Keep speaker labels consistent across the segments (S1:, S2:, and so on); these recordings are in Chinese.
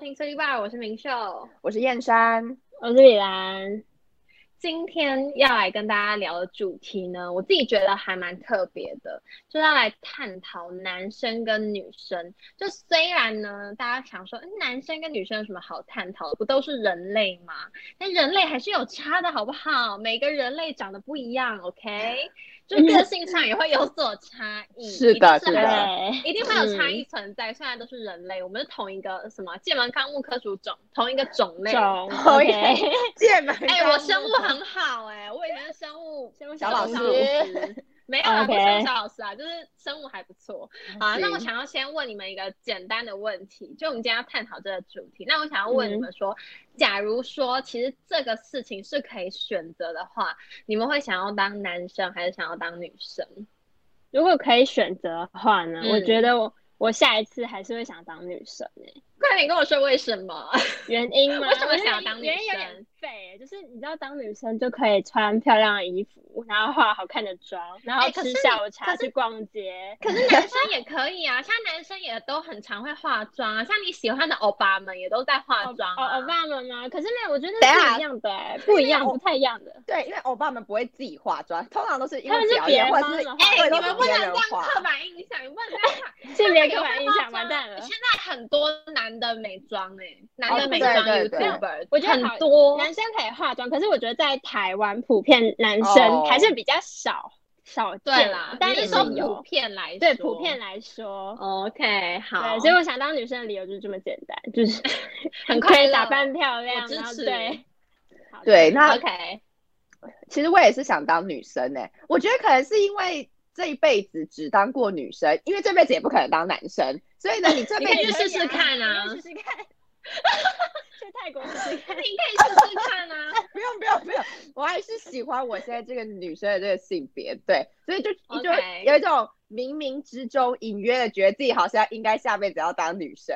S1: 听 c i t Bar，我是明秀，
S2: 我是燕山。
S3: 我是李兰，
S1: 今天要来跟大家聊的主题呢，我自己觉得还蛮特别的，就是要来探讨男生跟女生。就虽然呢，大家想说，嗯男生跟女生有什么好探讨的？不都是人类吗？但人类还是有差的，好不好？每个人类长得不一样，OK？就个性上也会有所差异，
S2: 是的
S1: 一定
S2: 是的
S1: 很
S3: 对，
S1: 一定会有差异存在。虽然都是人类，我们是同一个什么剑门纲目科属种，同一个种类，
S3: 种
S2: OK 剑门
S1: 哎、
S2: 纲
S1: 我
S2: 目
S1: 生物很好哎、我以前是生物生物
S2: 小老师
S1: 师 没有啦，不是
S3: OK
S1: 生物小老师啊，就是生物还不错。好啊，那我
S2: 行
S1: 想要先问你们一个简单的问题，就我们今天要探讨这个主题。那我想要问你们说，假如说其实这个事情是可以选择的话，你们会想要当男生还是想要当女生？
S3: 如果可以选择的话呢，
S1: 嗯
S3: 我觉得我我下一次还是会想当女生诶、
S1: 快点跟我说为什么？
S3: 原因吗？
S1: 为什么
S3: 我觉得
S1: 想要当女
S3: 原因有
S1: 生
S3: 点废欸、就是你知道当女生就可以穿漂亮的衣服，然后化好看的妆，然后
S1: 哎可
S3: 吃
S1: 是
S3: 下午茶
S1: 可是
S3: 去逛街。
S1: 可是男生也可以啊，像男生也都很常会化妆啊，像你喜欢的欧巴们也都在化妆、
S3: 哦，
S1: 啊。
S3: 奥巴马吗？可是没有，我觉得
S2: 等一下
S3: 是不一样的欸、不一样，
S2: 我
S3: 不太一样的。
S2: 对，因为欧巴们不会自己化妆，通常都是因
S3: 他们
S2: 为
S3: 是
S2: 表
S3: 别
S2: 演
S3: 人
S2: 或者
S3: 帮
S2: 是
S3: 着化
S1: 哎、
S2: 对
S1: 你
S2: 都
S1: 们
S2: 是
S1: 不
S2: 别
S1: 能
S2: 人
S1: 这样
S2: 化。
S1: 刻板印象，你不能这样。
S3: 性别刻
S1: 有
S3: 板
S1: 会
S3: 印
S1: 化
S3: 象完
S1: 妆
S3: 蛋了
S1: 现。在很多男的美妆哎、男
S2: 哦
S1: 的美
S2: 对
S1: 妆
S2: 对对
S1: YouTuber，
S3: 我觉得
S1: 很
S3: 好
S1: 多。
S3: 男生可以化妆，可是我觉得在台湾普遍男生
S2: 哦
S3: 还是比较少、少
S1: 对
S3: 见
S1: 啦，
S3: 但
S1: 你是
S3: 也
S1: 说
S3: 是
S1: 普
S3: 有。
S1: 遍来说，哦
S3: 对，普遍。来说，
S1: OK，好，
S3: 对，所以我想当女生的理由就是这么简单，就是
S1: 很
S3: 可
S1: 快乐
S3: 以打扮漂亮，
S1: 我支
S3: 然后
S1: 持
S3: 对，好
S2: 对，那
S1: OK，
S2: 其实我也是想当女生呢、我觉得可能是因为这一辈子只当过女生，因为这辈子也不可能当男生，所以呢，你这
S1: 你
S2: 辈
S1: 可以
S2: 子
S1: 去试试看啊
S3: 你可以试试 看，去泰国试试
S1: 那
S3: 看
S1: 你可。以试试看啊。
S2: 不用不用不用，我还是喜欢我现在这个女生的这个性别，对，所以就就
S1: OK
S2: 有一种冥冥之中隐约的觉得自己好像应该下辈子要当女生，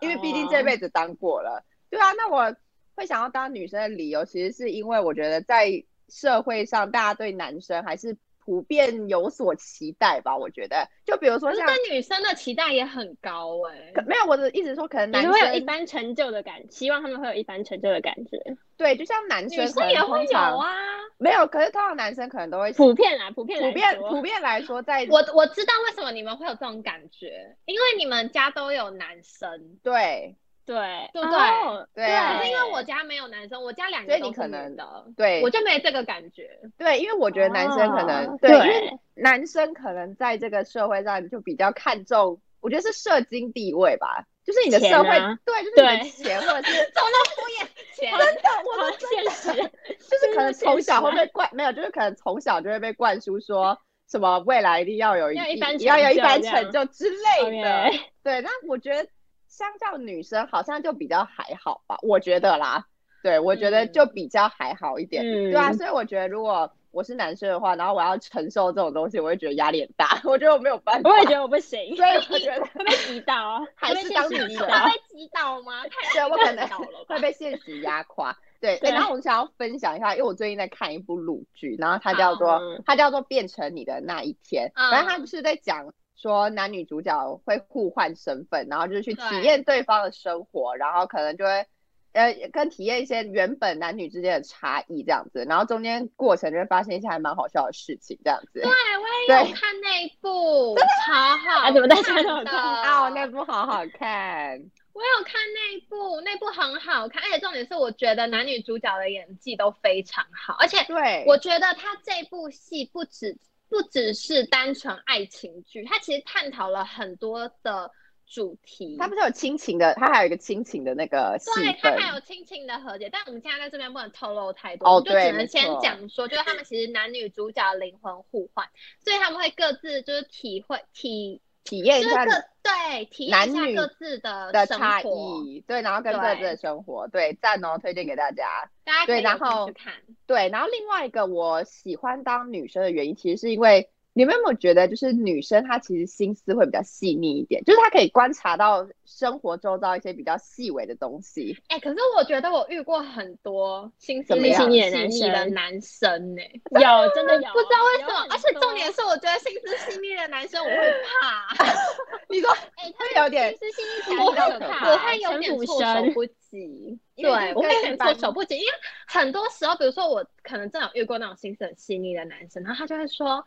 S2: 因为毕竟
S1: 哦
S2: 这辈子当过了。对啊，那我会想要当女生的理由，其实是因为我觉得在社会上大家对男生还是普遍有所期待吧。我觉得，就比如说
S1: 可是
S2: 像
S1: 对女生的期待也很高哎、
S2: 可没有我的意思是说，可能
S3: 你
S2: 男
S3: 会有一
S2: 生
S3: 番成就的感，希望他们会有一番成就的感觉。
S2: 对，就像男
S1: 女
S2: 生
S1: 生
S2: 可
S1: 也
S2: 能
S1: 会
S2: 通
S1: 有
S2: 常、
S1: 啊。
S2: 没有，可是通常男生可能都会。
S3: 普遍啦，普遍来
S2: 普遍
S3: 说
S2: 普遍来说，在
S1: 我我知道为什么你们会有这种感觉，因为你们家都有男生，
S2: 对
S3: 对
S1: 对不对
S3: 哦
S2: 对啊
S1: 可是因为我家没有男生，我家两
S2: 所
S1: 个
S2: 以你
S1: 都
S2: 可
S1: 是
S2: 能
S1: 女的，
S2: 对
S1: 我就没这个感 觉。
S2: 对，因为我觉得男生可能、
S3: 哦
S2: 对，
S3: 对
S2: 因为男生可能在这个社会上就比较看重，我觉得是社经地位吧，就是你的
S3: 钱
S2: 社会、
S3: 啊
S2: 对，就是你的
S3: 对
S2: 钱或 者是
S1: 怎么那么敷衍？钱
S3: 好
S2: 真的，我
S3: 好
S2: 都真
S3: 现
S2: 的
S3: 实。
S2: 就是可
S3: 真的
S2: 能
S3: 是
S2: 从小
S3: 现
S2: 会
S3: 实
S2: 被灌，没有，就是可能从小就会被灌输说什么未来一定要有
S3: 要一番
S2: 要有
S3: 成
S2: 一
S3: 就
S2: 番
S3: 这
S2: 成
S3: 样
S2: 就之类的。
S3: OK，
S2: 对，那我觉得相较女生好像就比较还好吧，我觉得啦，对我觉得就比较还好一点，
S3: 嗯
S2: 对啊，所以我觉得如果我是男生的话，然后我要承受这种东西，我会觉得压力很大，我觉得我没有办法，
S3: 我也觉得我不行，
S2: 所以我觉得
S3: 会被击倒，
S2: 啊还是当女
S3: 会被现实
S2: 生啊
S3: 击
S1: 他
S3: 倒
S1: 被击倒 吗？太
S2: 对我可能
S1: 倒了吧
S2: 会？被现实压垮。对，
S3: 对
S2: 诶然后我想要分享一下，因为我最近在看一部鲁剧，然后它叫做、
S3: 嗯
S2: 它叫做《变成你的那一天》，
S1: 嗯
S2: 反正它就是在讲说男女主角会互换身份，然后就是去体
S1: 对
S2: 验对方的生活，然后可能就会。呃，跟体验一些原本男女之间的差异这样子，然后中间过程就会发现一些还蛮好笑的事情这样子。
S1: 对，我也有看那一 部，超好
S3: 啊
S1: 看的。
S3: 怎么大家都有看
S1: 啊
S2: 哦，那部好好看，
S1: 我有看那一部，那部很好看，而且重点是我觉得男女主角的演技都非常好，而且
S2: 对，
S1: 我觉得他这部戏不只不只是单纯爱情剧，他其实探讨了很多的主题。
S2: 他不是有亲情的，他还有一个亲情的那个戏
S1: 对，
S2: 份
S1: 他，还有亲情的和解，但我们现在在这边不能透露太多，
S2: 哦
S1: 我们就
S2: 对
S1: 只能先
S2: 没错
S1: 讲说，就是他们其实男女主角灵魂互换，所以他们会各自就是体会体，
S2: 体验
S1: 就
S2: 一
S1: 是
S2: 下
S1: 各对体验
S2: 男
S1: 一下
S2: 女
S1: 各自的
S2: 的
S1: 生
S2: 差
S1: 活，
S2: 异，对，然后跟
S1: 对
S2: 各自的生活，对，赞哦，推荐给大家。
S1: 大家可
S2: 对
S1: 以
S2: 然
S1: 有空
S2: 后
S1: 去看。
S2: 对，然后另外一个我喜欢当女生的原因，其实是因为你们有没有觉得，就是女生她其实心思会比较细腻一点，就是她可以观察到生活周遭一些比较细微的东西。
S1: 哎、可是我觉得我遇过很多心思
S2: 怎么
S1: 细
S2: 样
S1: 腻的男
S3: 细腻的
S1: 生呢、
S3: 有真 的有，哦
S1: 不知道为什么
S3: 有很，
S1: 而且
S3: 多
S1: 重点是，我觉得心思细腻的男生我会怕，
S2: 你说
S1: 哎、他
S2: 会有点
S1: 心思细腻起
S3: 起
S1: 来我
S3: 来
S1: 会
S3: 我会
S2: 有
S3: 怕
S1: 我会有点
S3: 城府
S1: 措手
S3: 深
S1: 不及，
S2: 因
S1: 对
S2: 为就是
S1: 我会
S2: 跟
S1: 有点
S2: 一
S1: 措
S2: 般
S1: 手不及，因为很多时候，比如说我可能真的有遇过那种心思很细腻的男生，然后他就会说，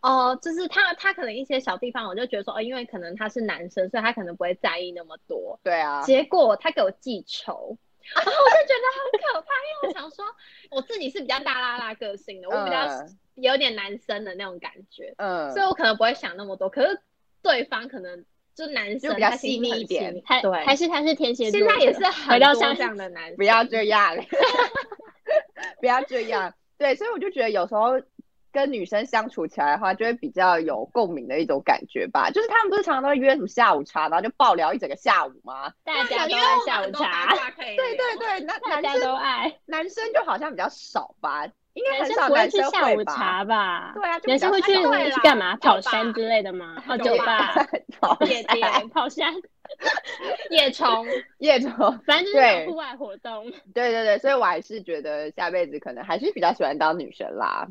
S1: 哦、就是他他可能一些小地方，我就觉得说，哦，因为可能他是男生，所以他可能不会在意那么多，
S2: 对啊，
S1: 结果他给我记仇，然后我就觉得很可怕，因为我想说我自己是比较大拉拉个性的，我比较
S2: 嗯
S1: 有点男生的那种感觉，
S2: 嗯，
S1: 所以我可能不会想那么多。可是对方可能就男生
S2: 就比较
S1: 他其实
S2: 细腻
S1: 很
S2: 一点
S1: 腻
S3: 还
S1: 对，
S3: 还是他是天蝎座
S1: 现
S3: 的，
S1: 在也是
S3: 回
S1: 很
S3: 到
S1: 多
S3: 上
S1: 这样的男生，
S2: 不要这样， 不要这样。对，所以我就觉得有时候跟女生相处起来的话，就会比较有共鸣的一种感觉吧。就是他们不是常常都会约什么下午茶，然后就爆聊一整个下午吗？
S3: 大家
S1: 因
S3: 都
S1: 为
S3: 爱
S1: 我
S3: 下
S1: 很
S3: 午
S1: 多八
S3: 茶，
S1: 卦可以聊
S2: 对对 对，那
S3: 大
S2: 男
S3: 家
S2: 生
S3: 都爱，
S2: 男生就好像比较少吧，应该
S3: 男
S2: 很
S3: 生
S2: 少
S3: 不会
S2: 男
S3: 去
S2: 生
S3: 下午
S2: 会吧？
S3: 茶吧？
S2: 对啊，就比
S3: 男
S2: 较
S3: 生会去
S2: 少
S1: 会啦
S3: 去干嘛？
S1: 酒吧
S3: 跑山之类的吗？哦，
S1: 酒
S3: 酒
S1: 吧
S3: 吧、夜店、跑山，
S1: 夜冲，
S2: 夜总，
S3: 反正就是那
S2: 对
S3: 种户外活动。
S2: 对对对，所以我还是觉得下辈子可能还是比较喜欢当女生啦。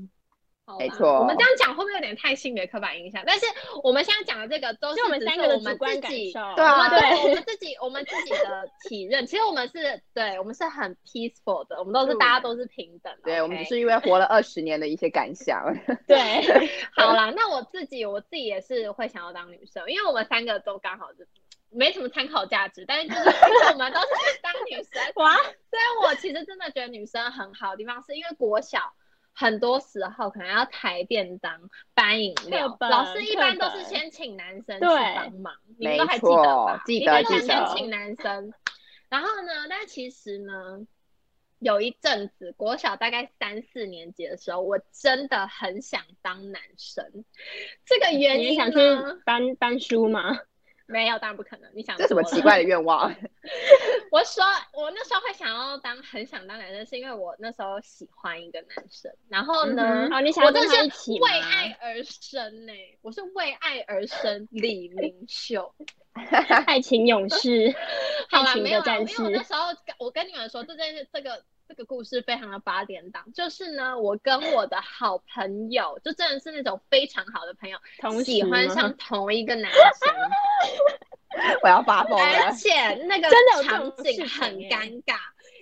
S1: 好
S2: 没
S1: 吧
S2: 错
S1: 我们这样讲会不会有点太性别刻板印象？但是我们现在讲的这个都是
S3: 就我们
S1: 只
S3: 三
S1: 是
S3: 个的
S1: 我们
S3: 主观
S1: 自
S3: 感
S1: 己
S3: 受，
S2: 对啊
S1: 我们对我
S3: 对
S1: 们自己我们自己的体认，其实我们是对我们是很 peaceful 的，我们都是
S2: 是
S1: 大家都是平等的。
S2: 对
S1: OK
S2: 我们只是因为活了二十年的一些感想。
S3: 对，
S1: 好 啦。那我自己我自己也是会想要当女生，因为我们三个都刚好是没什么参考价值，但是就是因为我们都是当女生，
S3: 哇，
S1: 所以我其实真的觉得女生很好的地方，是因为国小很多时候可能要抬便当、搬饮料
S3: 课，本
S1: 老师一般都
S3: 课
S1: 是
S3: 本
S1: 先请男生去
S3: 对
S1: 帮忙，你们都还
S2: 没
S1: 记得
S2: 错
S1: 吧？
S2: 记
S1: 一
S2: 得哦
S1: 般都
S3: 记
S1: 是先
S3: 得
S1: 请男生，然后呢，但其实呢。有一阵子，国小大概三四年级的时候，我真的很想当男生。这个原
S3: 你也
S1: 因
S3: 想去
S1: 呢？
S3: 搬搬书吗？
S1: 没有，当然不可能。你想
S2: 这什么
S1: 多了
S2: 奇怪的愿望？
S1: 我说，我那时候会想要当很想当男生，是因为我那时候喜欢一个男生，然后呢
S2: 嗯，
S3: 哦，你想
S1: 我
S3: 要跟
S1: 真
S3: 他一
S1: 的是
S3: 起吗
S1: 为？爱而生呢、我是为爱而生，李明秀。
S3: 爱情勇士，
S1: 好啦，
S3: 爱情
S1: 没有
S3: 的
S1: 啦，因
S3: 战
S1: 为我那
S3: 士，
S1: 时候跟 我跟你们说，这件事这个这个故事非常的八点档，就是呢，我跟我的好朋友，就真的是那种非常好的朋友，
S3: 同
S1: 喜
S3: 时
S1: 欢
S3: 吗
S1: 上同一个 男生。
S2: 我要发疯
S1: 而
S2: 了。
S1: 且那个
S3: 真的有这
S1: 场
S3: 种事
S1: 景
S3: 情
S1: 很
S3: 耶嗯
S1: 尴尬，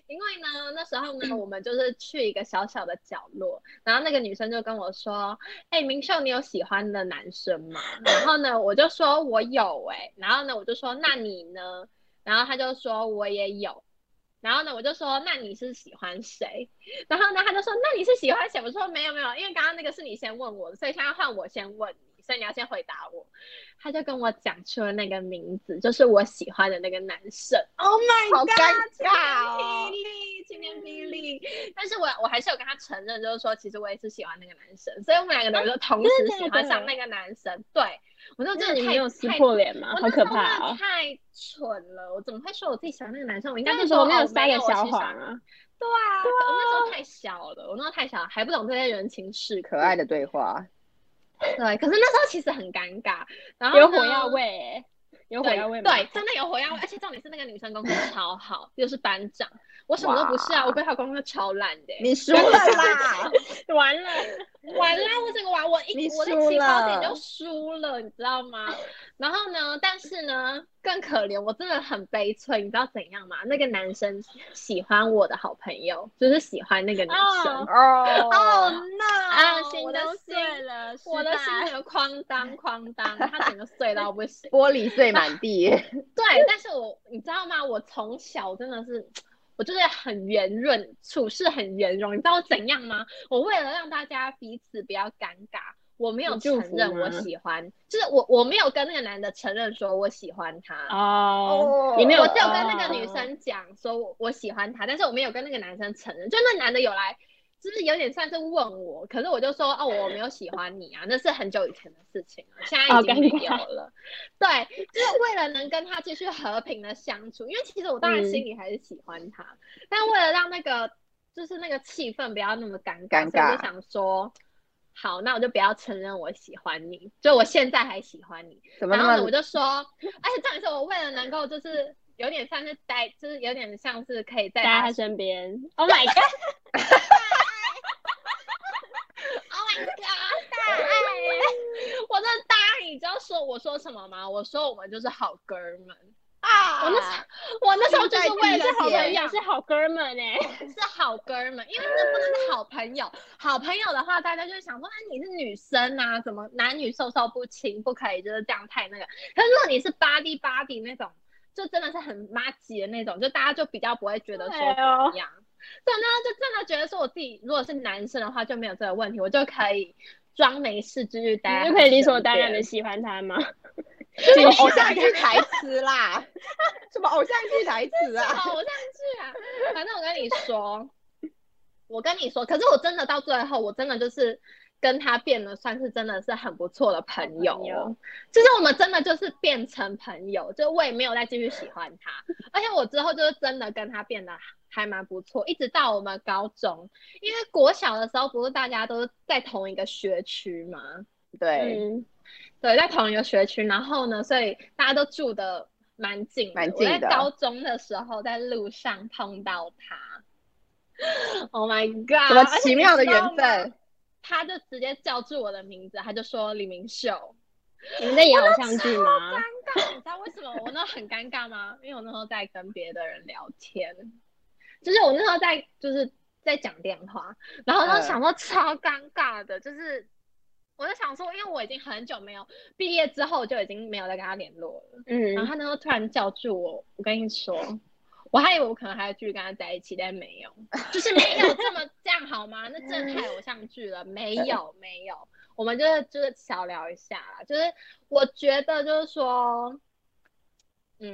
S1: 因为呢那时候呢我们就是去一个小小的角落，然后那个女生就跟我说：“哎、明秀，你有喜欢的男生吗？”然后呢我就说我有哎、然后呢我就说那你呢？然后她就说我也有。然后呢，我就说，那你是喜欢谁？然后呢，她就说，那你是喜欢谁？我说没有没有，因为刚刚那个是你先问我的，所以现在换我先问你，所以你要先回答我。他就跟我讲出了那个名字，就是我喜欢的那个男生。Oh my
S2: 好
S1: god！
S2: 尴
S1: 晴天霹
S2: 尬哦
S1: 雳，晴天霹雳！嗯但是我我还是有跟他承认，就是说其实我也是喜欢那个男生，所以我们两个人就同时
S3: 真的假的
S1: 喜欢上那个男生。对，我就
S3: 那
S1: 真的
S3: 你
S1: 太
S3: 没有撕
S1: 太
S3: 破脸吗？
S1: 我
S3: 好
S1: 那
S3: 可
S1: 时候
S3: 怕
S1: 真的
S3: 哦！
S1: 太蠢了，我怎么会说我自己喜欢那个男生？我应该
S3: 但
S1: 是
S3: 是
S1: 说
S3: 说我没
S1: 哦
S3: 有撒
S1: 没
S3: 个
S1: 我
S3: 小
S1: 其实
S3: 谎
S1: 想
S3: 啊，
S1: 对啊，可我那时候太小了，我那时候太小了，还不懂这些人情世
S2: 可爱。的 对话，
S1: 对，可是那时候其实很尴尬，然后
S3: 有
S1: 呢
S3: 火药味欸，有火
S1: 对
S3: 药味吗？
S1: 对，真的有火药味，而且重点是那个女生功课超好，又是班长，我什么都不是啊，
S2: 哇
S1: 我对她功课超烂的欸、
S2: 你输了 啦！
S3: 完了，
S1: 完啦，我整个完，我一
S2: 你
S1: 我的
S2: 输
S1: 起跑点
S2: 了
S1: 就输了，你知道吗？然后呢，但是呢，更可怜，我真的很悲催，你知道怎样吗？那个男生喜欢我的好朋友，就是喜欢那个女生
S3: 哦。
S2: 哦
S1: no！
S3: 啊，
S1: 我
S3: 心
S1: 的
S3: 都
S1: 心，
S3: 碎了，
S1: 我
S3: 失
S1: 的心
S3: 败
S1: 整个哐当哐当，他整个碎到不行。
S2: 玻璃碎满地，
S1: 对，但是我你知道吗？我从小真的是，我就是很圆润，处事很圆融。你知道我怎样吗？我为了让大家彼此不要尴尬，我没有
S3: 你
S1: 承
S3: 祝福
S1: 认我
S3: 吗
S1: 喜欢，就是我我没有跟那个男的承认说我喜欢他。
S3: 哦
S2: 哦，
S3: 你没有，
S1: 我只有跟那个女
S3: 哦
S1: 生讲说我我喜欢她，但是我没有跟那个男生承认。就那男的有来，就是有点算是问我，可是我就说哦，我没有喜欢你啊，那是很久以前的事情了，现在
S3: 好
S1: 已经
S3: 尴
S1: 哦没有
S3: 尬
S1: 了。对，就是为了能跟他继续和平的相处，因为其实我当然
S3: 嗯
S1: 心里还是喜欢他，但为了让那个就是那个气氛不要那么尴
S2: 尴
S1: 尬，所以我就
S2: 尬
S1: 想说。好，那我就不要承认我喜欢你，就我现在还喜欢你。
S2: 怎么
S1: 然后
S2: 那
S1: 呢，我
S2: 么
S1: 就说，而且重点是我为了能够就是有点像是待，就是有点像是可以在
S3: 待在
S1: 他
S3: 他身边。Oh my god！
S1: Oh my god！大爱， 我真的大爱，你知道说我说什么吗？我说我们就是好哥们。
S2: 啊？
S1: 我那时候我那时候就是为
S2: 对
S1: 了
S3: 是好
S1: 好
S3: 朋
S1: 朋
S3: 友，
S1: 友，
S3: 是好哥们哎、
S1: 是好哥们，因为那不能是好朋友。好朋友的话，大家就会想说，啊，你是女生啊，怎么男女授受不亲，不可以就是这样太那个。可是如果你是 body body 那种，就真的是很妈鸡的那种，就大家就比较不会觉得说
S3: 对
S1: 怎
S3: 哦
S1: 么样。对，那就真的觉得说我自己如果是男生的话就没有这个问题，我就可以装没事继续待，
S3: 你就可以理所当然的喜欢他吗？
S2: 什么偶像剧台词啦？什么偶像剧台词啊？
S1: 好偶像剧啊。反正我跟你说，我跟你说，可是我真的到最后，我真的就是跟他变得算是真的是很不错的朋友
S3: 朋
S1: 哦
S3: 友。
S1: 就是我们真的就是变成朋友，就我也没有再继续喜欢他，而且我之后就是真的跟他变得还蛮不错，一直到我们高中，因为国小的时候不是大家都在同一个学区吗？
S2: 对，
S3: 嗯，
S1: 对，在同一个学区，然后呢，所以大家都住的蛮近的。
S2: 蛮
S1: 我在
S2: 近的
S1: 高中的时候，在路上碰到他 ，Oh my god！
S2: 什么
S1: 而且
S2: 奇
S1: 你
S2: 妙的
S1: 知
S2: 缘
S1: 道吗
S2: 分？
S1: 他就直接叫住我的名字，他就说李明秀。
S3: 你们在演偶像剧吗？
S1: 尴尬，你知道为什么我那很尴尬吗？因为我那时候在跟别的人聊天，就是我那时候在就是在讲电话，然后我就
S2: 嗯
S1: 想说超尴尬的，就是我就想说，因为我已经很久没有毕业之后就已经没有再跟他联络了，然后
S3: 嗯，
S1: 他那时候突然叫住我，我跟你说。我还以为我可能还要继续跟他在一起，但没有，就是没有这么这样好吗？那真的太偶像剧了，没有没有，我们就是就是小聊一下啦，就是我觉得就是说，嗯，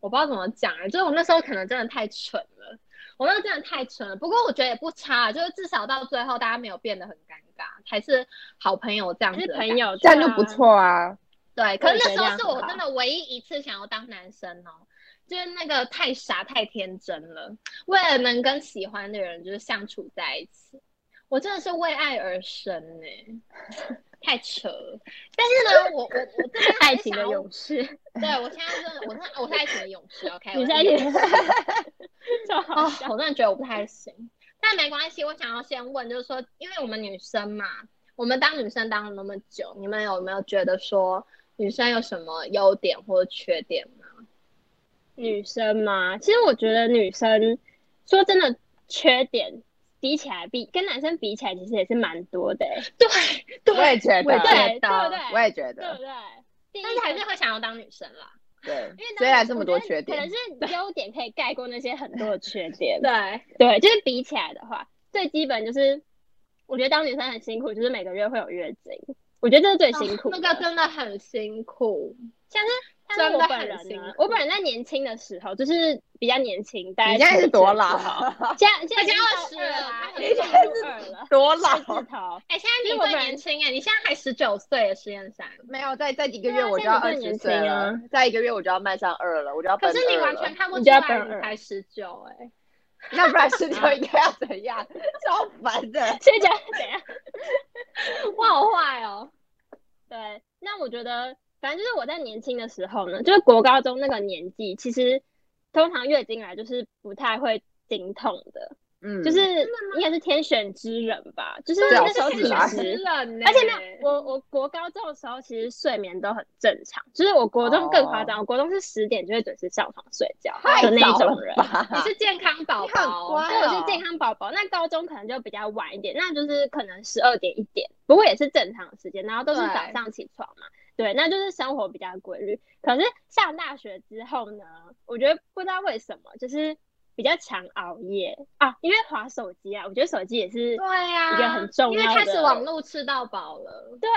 S1: 我不知道怎么讲啊，就是我那时候可能真的太蠢了，我那时候真的太蠢了。不过我觉得也不差啊，就是至少到最后大家没有变得很尴尬，还是好朋友这样
S3: 还
S1: 子
S3: 是
S1: 的
S3: 朋
S1: 感觉。
S3: 友，
S2: 这样就 不。错啊。
S1: 对，可是
S3: 我觉
S1: 那
S3: 得
S1: 时
S3: 这
S1: 候是我
S3: 样很好
S1: 真的唯一一次想要当男生哦，就是那个太傻太天真了，为了能跟喜欢的人就是相处在一起，我真的是为爱而生呢、 太扯了。但是呢，我我我这边
S3: 爱情的
S1: 想要
S3: 勇士，
S1: 对我现在真的，我真的我是爱情的勇士，OK？
S3: 你
S1: 我
S3: 是爱情的勇士，就好
S1: 哦
S3: 笑，。
S1: 我真的觉得我不太行，但没关系。我想要先问，就是说，因为我们女生嘛，我们当女生当了那么久，你们有没有觉得说女生有什么优点或缺点吗？
S3: 女生嘛，其实我觉得女生说真的，缺点比起来比跟男生比起来，其实也是蛮多的、欸，
S1: 对
S2: 我也觉
S1: 我也觉
S2: 得，
S3: 对
S1: 得
S3: 对
S2: 我也觉
S3: 对不
S2: 得，
S3: 对？第一
S1: 但是还
S3: 个
S1: 是会想要当女生啦。
S2: 对
S3: 因为。当
S2: 虽然这么多
S3: 我觉得
S2: 缺点
S3: 可，能是优点可以盖过那些很多的缺点。
S1: 对，
S3: 对，就是比起来的话，最基本就是，我觉得当女生很辛苦，就是每个月会有月经，我觉得这是最辛苦的、
S1: 哦那个真的很辛苦。
S3: 但是
S1: 真
S3: 我
S1: 的
S3: 本
S1: 很
S3: 人
S1: 辛
S3: 呢
S1: 苦，
S3: 我本人在年轻的时候，就是比较年轻，大概
S2: 你现在是多老？啊
S3: 现在？现
S1: 大
S3: 在已
S1: 家
S3: 经
S1: 二十
S3: 到二
S1: 了
S3: 了
S1: 啦
S3: 吧，，
S1: 你
S3: 已经
S1: 现
S3: 到
S1: 在是
S3: 二 了，
S2: 多
S3: 二
S2: 老？
S3: 字头。
S1: 哎，现在
S3: 因
S1: 你
S3: 为我
S1: 最
S3: 本人
S1: 年轻哎，你现在还十九岁耶，实验三。
S2: 没有，再再一个
S3: 对啊
S2: 月我就要二
S3: 现在你
S2: 十
S3: 更
S2: 岁
S3: 年轻
S2: 了
S3: 啊，
S2: 再一个月我就要迈向二了，我就要奔
S1: 可是你
S2: 二
S1: 完
S2: 了
S1: 全看不
S3: 你
S1: 出
S3: 就要
S1: 来，
S3: 奔二
S1: 你才十九哎。
S2: 那不然十九应该要怎样？超烦的。
S3: 所以讲怎样？
S1: 我好坏哦。
S3: 对，那我觉得，反正就是我在年轻的时候呢，就是国高中那个年纪，其实通常月经来就是不太会经痛的，
S2: 嗯，
S3: 就是应该是天选之人吧，就是
S2: 对啊
S3: 那时候
S2: 是
S3: 体
S2: 啊
S3: 质。
S1: 冷呢，
S3: 而且没有，我我国高中的时候其实睡眠都很正常，就是我国中更夸
S1: 哦
S3: 张，我国中是十点就会准时上床睡觉
S2: 太
S3: 的那一
S2: 早
S3: 种
S2: 了
S3: 人，
S2: 吧？
S1: 你是健康宝
S2: 你很
S1: 宝
S2: 乖，哦
S3: 对，我是健康宝宝。那高中可能就比较晚一点，那就是可能十二点一点，不过也是正常的时间，然后都是
S1: 对
S3: 早上起床嘛。对，那就是生活比较规律。可是上大学之后呢，我觉得不知道为什么，就是比较常熬夜啊，因为划手机啊，我觉得手机也是
S1: 对呀、
S3: 一个很重
S1: 因为
S3: 要
S1: 开始
S3: 的
S1: 网络吃到饱了，
S3: 对，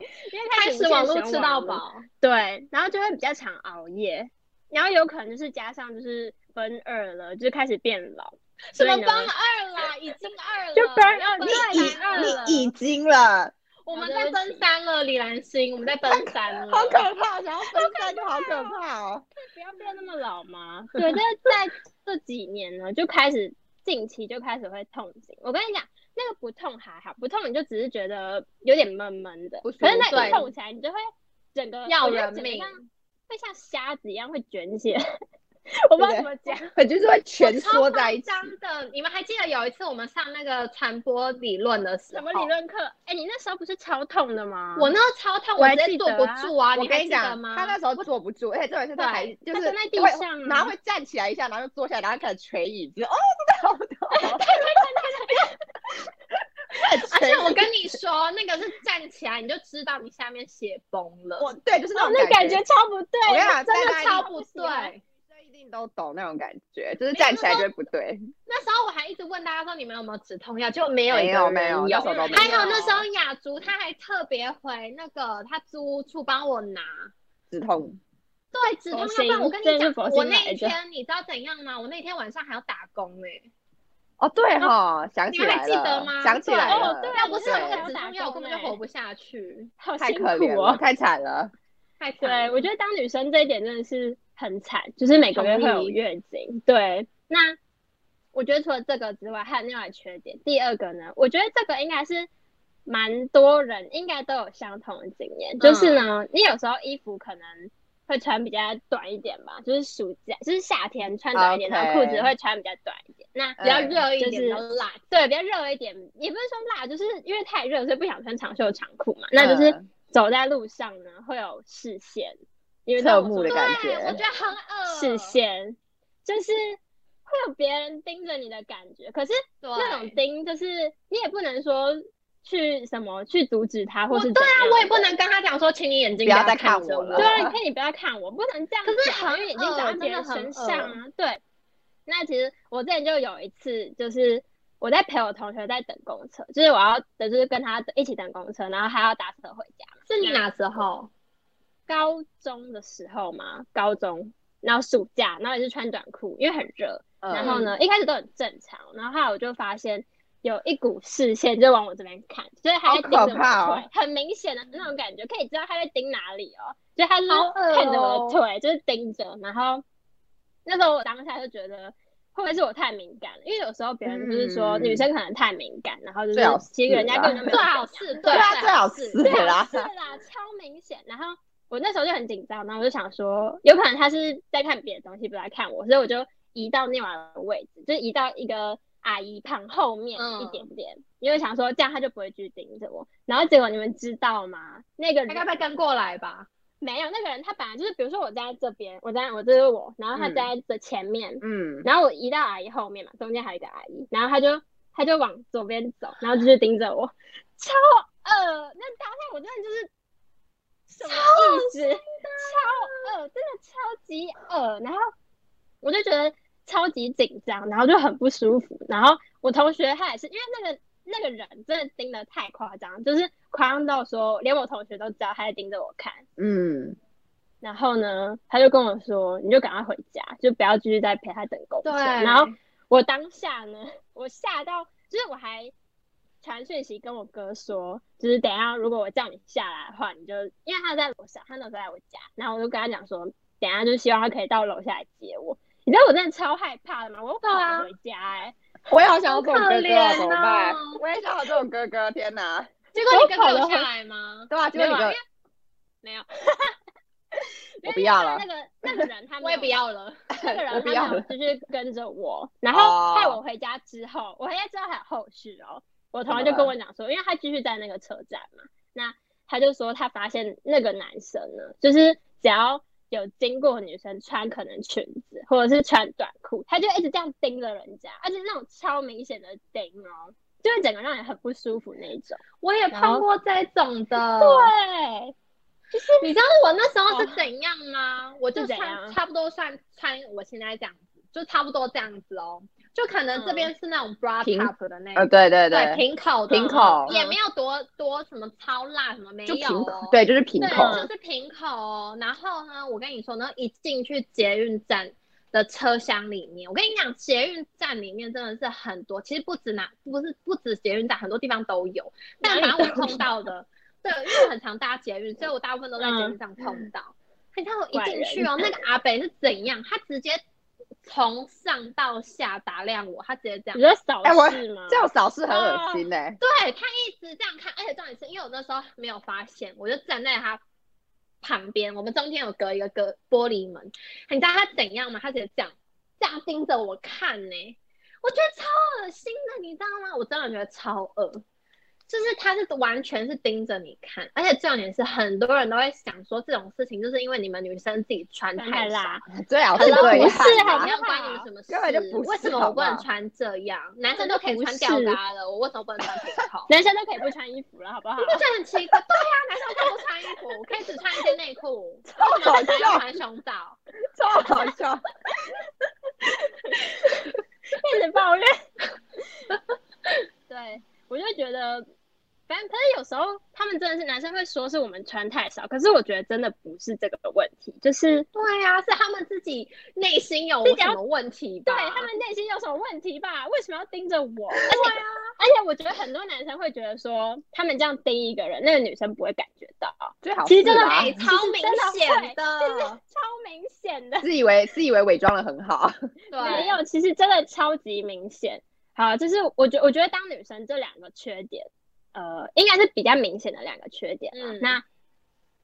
S3: 因为
S1: 开始
S3: 始
S1: 网
S3: 络
S1: 络吃到饱，
S3: 对，然后就会比较常熬夜，然后有可能就是加上就是奔二了，就是开始变老。
S1: 什
S3: 所
S1: 么
S3: 以
S1: 奔
S3: 呢
S1: 二啦，已经二了，
S3: 就奔二
S1: 要
S3: 对啊
S1: 奔三二了，
S2: 你已经了，
S1: 我们在奔三了，李兰心，我们在奔三了，
S2: 好可怕！然后分散就好可怕哦。
S3: 不要变那么老嘛。对，但是在这几年呢，就开始近期就开始会痛经。我跟你讲，那个不痛还好，不痛你就只是觉得有点闷闷的，
S2: 不舒服
S3: 可是那
S1: 对
S3: 一痛起来，你就会整个
S1: 要
S3: 我觉得
S1: 人
S3: 整个
S1: 命
S3: 像会像瞎子一样会卷起来。 我不知道
S2: 对
S3: 怎么讲，
S2: 我就是会蜷缩
S1: 超
S2: 在一起。
S1: 张的，你们还记得有一次我们上那个传播理论的时
S3: 什
S1: 候，
S3: 么理？论课？哎、你那时候不是超痛的吗？
S1: 我那个超痛，
S3: 我还
S1: 直接
S3: 记得
S1: 坐不
S3: 啊
S1: 住啊！
S2: 我
S1: 你还
S2: 跟
S1: 记
S2: 你
S1: 得
S2: 讲，
S1: 吗？
S2: 他那时候坐不住，而且重点是他
S1: 对
S2: 还就
S3: 他
S2: 是
S3: 蹲在地
S2: 会
S3: 上啊
S2: 然后会站起来一下，然后就坐下，然后开始捶椅子，哦，真 的好痛！
S1: 而且啊我跟你说，那个是站起来你就知道你下面血崩了，
S2: 我对，就是
S3: 哦，
S2: 那种
S3: 那
S2: 感
S3: 感
S2: 觉，
S3: 觉超不对，
S2: 我跟你讲
S3: 真
S1: 真
S3: 的
S1: 的
S2: 在
S1: 超
S2: 那
S1: 不
S3: 喜欢
S1: 对。
S2: 这一定都懂那种感觉，就是站起来就会不对。
S1: 那时候我还一直问大家说你们有没有止痛药，就没有一
S2: 没
S1: 个
S2: 有
S1: 人
S2: 没有那时候都没
S1: 还
S2: 有
S1: 好那时候雅竹她还特别回那个她租屋处帮我拿，
S2: 止痛，
S1: 对，止痛药。
S3: 佛
S1: 不
S3: 心
S1: 然我跟
S3: 真
S1: 你
S3: 的是
S1: 讲，
S3: 佛心
S1: 我那
S3: 来
S1: 一
S3: 着
S1: 天你知道怎样吗？我那天晚上还要打工哎、
S2: 哦，对哈，想
S1: 你
S2: 起
S1: 们
S2: 来
S1: 还
S2: 了，
S1: 记得吗？
S2: 想起
S1: 对
S2: 来
S3: 哦
S2: 了，
S3: 对啊
S1: 要不是有那
S3: 对
S1: 个止痛药，我根本就
S3: 欸
S1: 活不下去，
S3: 好
S2: 太
S3: 辛
S2: 可
S3: 苦
S2: 怜
S3: 哦
S2: 了，。太惨 了。
S1: 太惨
S3: 对，
S1: 了。
S3: 我觉得当女生这一点真的是很惨，就是每个月会有
S1: 同意
S3: 月经。对，那我觉得除了这个之外，还有另外的缺点。第二个呢，我觉得这个应该是蛮多人应该都有相同的经
S2: 嗯
S3: 验，就是呢，你有时候衣服可能会穿比较短一点吧，就是暑假，就是夏天穿短一点
S2: OK
S3: 然后裤子会穿比较短一点。那
S1: 比较
S2: 嗯
S1: 热一点，
S3: 就是
S1: 比较辣。
S3: 对，比较热一点，也不是说辣，就是因为太热，所以不想穿长袖长裤嘛。那就是
S2: 嗯
S3: 走在路上呢，会有视线，因为
S2: 侧目的
S1: 对，
S2: 感觉
S1: 我觉得很恶
S3: 视线，就是会有别人盯着你的感觉。可是
S1: 对，
S3: 那种盯，就是你也不能说去什么去阻止他，或
S1: 我
S3: 是
S1: 对啊
S3: 怎样，
S1: 我也不能跟他讲说，请你眼睛
S2: 不要再
S1: 看
S2: 看我
S1: 了
S2: 了
S3: 对啊，你可以不要看我，不能这样
S1: 可
S3: 讲。
S1: 是很
S3: 因为已经长在
S1: 恶
S3: 别
S1: 真
S3: 人
S1: 的很呃
S3: 身上啊。对，那其实我之前就有一次，就是我在陪我同学在等公车，就是我要等，就是跟他一起等公车，然后他要搭车回家嘛。
S1: 是你哪时 候？
S3: 高中的时候嘛，高中，然后暑假，然后也是穿短裤，因为很热。
S2: 嗯
S1: 嗯
S3: 然后呢，一开始都很正常，然后后来我就发现。有一股视线就往我这边看，就是他在盯着我
S2: 好可
S3: 的
S2: 怕哦
S3: 腿，很明显的那种感觉，可以知道他在盯哪里哦。就他是
S1: 好恶哦
S3: 看着我的腿，就是盯着。然后那时候我当下就觉得，会不会是我太敏感了？因为有时候别人就是说
S2: 嗯
S3: 女生可能太敏感，然后就
S2: 最好
S3: 是
S2: 是
S3: 其实人家
S2: 啦
S3: 根本就没有
S1: 最好是
S2: 对啊，最好
S1: 是
S2: 是
S3: 对啊，
S2: 啦
S3: 是，啦，超明显。然后我那时候就很紧张，然后我就想说，有可能他是在看别的东西，不在看我，所以我就移到另外的位置，就移到一个阿姨旁后面
S1: 嗯
S3: 一点点，因为想说这样他就不会去盯着我。然后结果你们知道吗？那个
S1: 他
S3: 人
S1: 该不会跟过来吧？
S3: 没有，那个人他本来就是，比如说我站在这边，我站在我这是我，然后他
S2: 嗯
S3: 站在这前面，
S2: 嗯，
S3: 然后我移到阿姨后面嘛，中间还有一个阿姨，然后她就她就往左边走，然后就是盯着我，超恶！那当下我真的就是什么意思？超恶，真的超级恶。然后我就觉得超级紧张，然后就很不舒服。然后我同学他也是，因为那个那个人真的盯得太夸张，就是夸张到说连我同学都知道他在盯着我看。
S2: 嗯，
S3: 然后呢，他就跟我说，你就赶快回家，就不要继续再陪他等公车。
S1: 对，
S3: 然后我当下呢，我吓到，就是我还传讯息跟我哥说，就是等一下如果我叫你下来的话，你就因为他在楼上，他那时候在我家，然后我就跟他讲说，等一下就希望他可以到楼下来接我。你知道我真的超害怕的吗？我又
S1: 对啊
S3: 跑不回家哎、
S2: 我也好想要这种
S1: 好可
S2: 哥哥啊，怎么
S1: 怜
S2: 办
S1: 哦？
S2: 我也想要这种哥哥，天哪！
S1: 结果你跟我下来吗？
S2: 对啊，结
S3: 没
S2: 果
S3: 有啊
S2: 你哥，
S3: 没有，
S2: 我不要了
S3: 那个那个人他没
S1: 我
S3: 有
S1: 也不要了，
S3: 那个
S2: 我
S3: 人
S2: 不要
S3: 他没有
S2: 了
S3: 就是跟着我，然后
S2: 哦
S3: 害我回家之后，我回家之后还有后续哦。我同学
S2: 啊
S3: 就跟我讲说，因为他继续在那个车站嘛，那他就说他发现那个男生呢，就是只要有经过女生穿可能裙子或者是穿短裤，他就一直这样盯着人家，而且那种超明显的盯哦，就会整个让人很不舒服那一种。
S1: 我也碰过这种
S2: 哦
S1: 的。
S3: 对，
S1: 对，你知道我那时候是怎样吗？我就是
S3: 怎
S1: 穿
S3: 样
S1: 差不多算穿我现在这样子，就差不多这样子哦。就可能这边是那种 bra
S2: 嗯平
S1: top 的那
S2: 呃，
S1: 种，
S2: 对对
S1: 对，平口的，
S2: 平口嗯
S1: 也没有多多什么超辣什么没
S2: 就
S1: 有
S2: 平
S1: 哦，
S2: 对，就是平
S1: 对，
S2: 口，
S1: 就是瓶口、哦。然后呢，我跟你说，呢，一进去捷运站的车厢里面，我跟你讲，捷运站里面真的是很多，其实不止哪，不是不止捷运站，很多地方都有。但
S3: 哪
S1: 凡
S3: 里
S1: 我
S3: 都有
S1: 碰到的，对，因为我很常搭捷运，所以我大部分都在捷运上碰到。你看我一进去哦，那个阿北是怎样？他直接从上到下打量我，他直接这样
S3: 你。在扫
S2: 哎我
S3: 视吗？
S2: 这样扫视很
S3: 啊
S2: 恶心哎、
S1: 对他一直这样看，而且重点是因为我那时候没有发现，我就站在他旁边，我们中间有隔一个隔玻璃门，你知道他怎样吗？他直接这样这样盯着我看呢、我觉得超恶心的，你知道吗？我真的觉得超恶，就是他是完全是盯着你看，而且重点是很多人都会想说这种事情就是因为你们女生自己穿
S3: 穿
S1: 太
S3: 太
S1: 少
S3: 辣，
S2: 最好
S1: 可是
S2: 这
S1: 不
S2: 样
S1: 是，
S2: 啊
S1: 好像关你们什么事？
S2: 根本就不是
S1: 为什么我不
S2: 好
S1: 能
S2: 不好
S1: 穿这样？男生
S3: 根本就
S1: 都可以
S3: 不
S1: 穿
S3: 是？
S1: 吊嘎了，我为什么不能穿平头
S3: 男生都可以不穿衣服了，好不好
S1: 我？就觉得很奇怪，对呀、男生可以不穿衣服，我可以只穿一件内裤，为什么男生要穿胸罩？
S2: 超好笑。
S3: 开始抱怨。 对，我就觉得，反正可是有时候他们真的是男生会说是我们穿太少，可是我觉得真的不是这个问题，就是
S1: 对呀、是他们自己内心有
S3: 自己
S1: 什
S3: 要
S1: 么问题吧？
S3: 对他们内心有什么问题吧？为什么要盯着我？而且、而且我觉得很多男生会觉得说，他们这样盯一个人，那个女生不会感觉到，
S2: 最好
S3: 其实真的
S2: 是吧
S1: 哎、超明显的，
S3: 就是超明显的。
S2: 自以为自以为伪装的很好，
S1: 对，
S3: 没有，其实真的超级明显。好，就是我觉我觉得当女生这两个缺点，呃，应该是比较明显的两个缺点啦。
S1: 嗯
S3: 那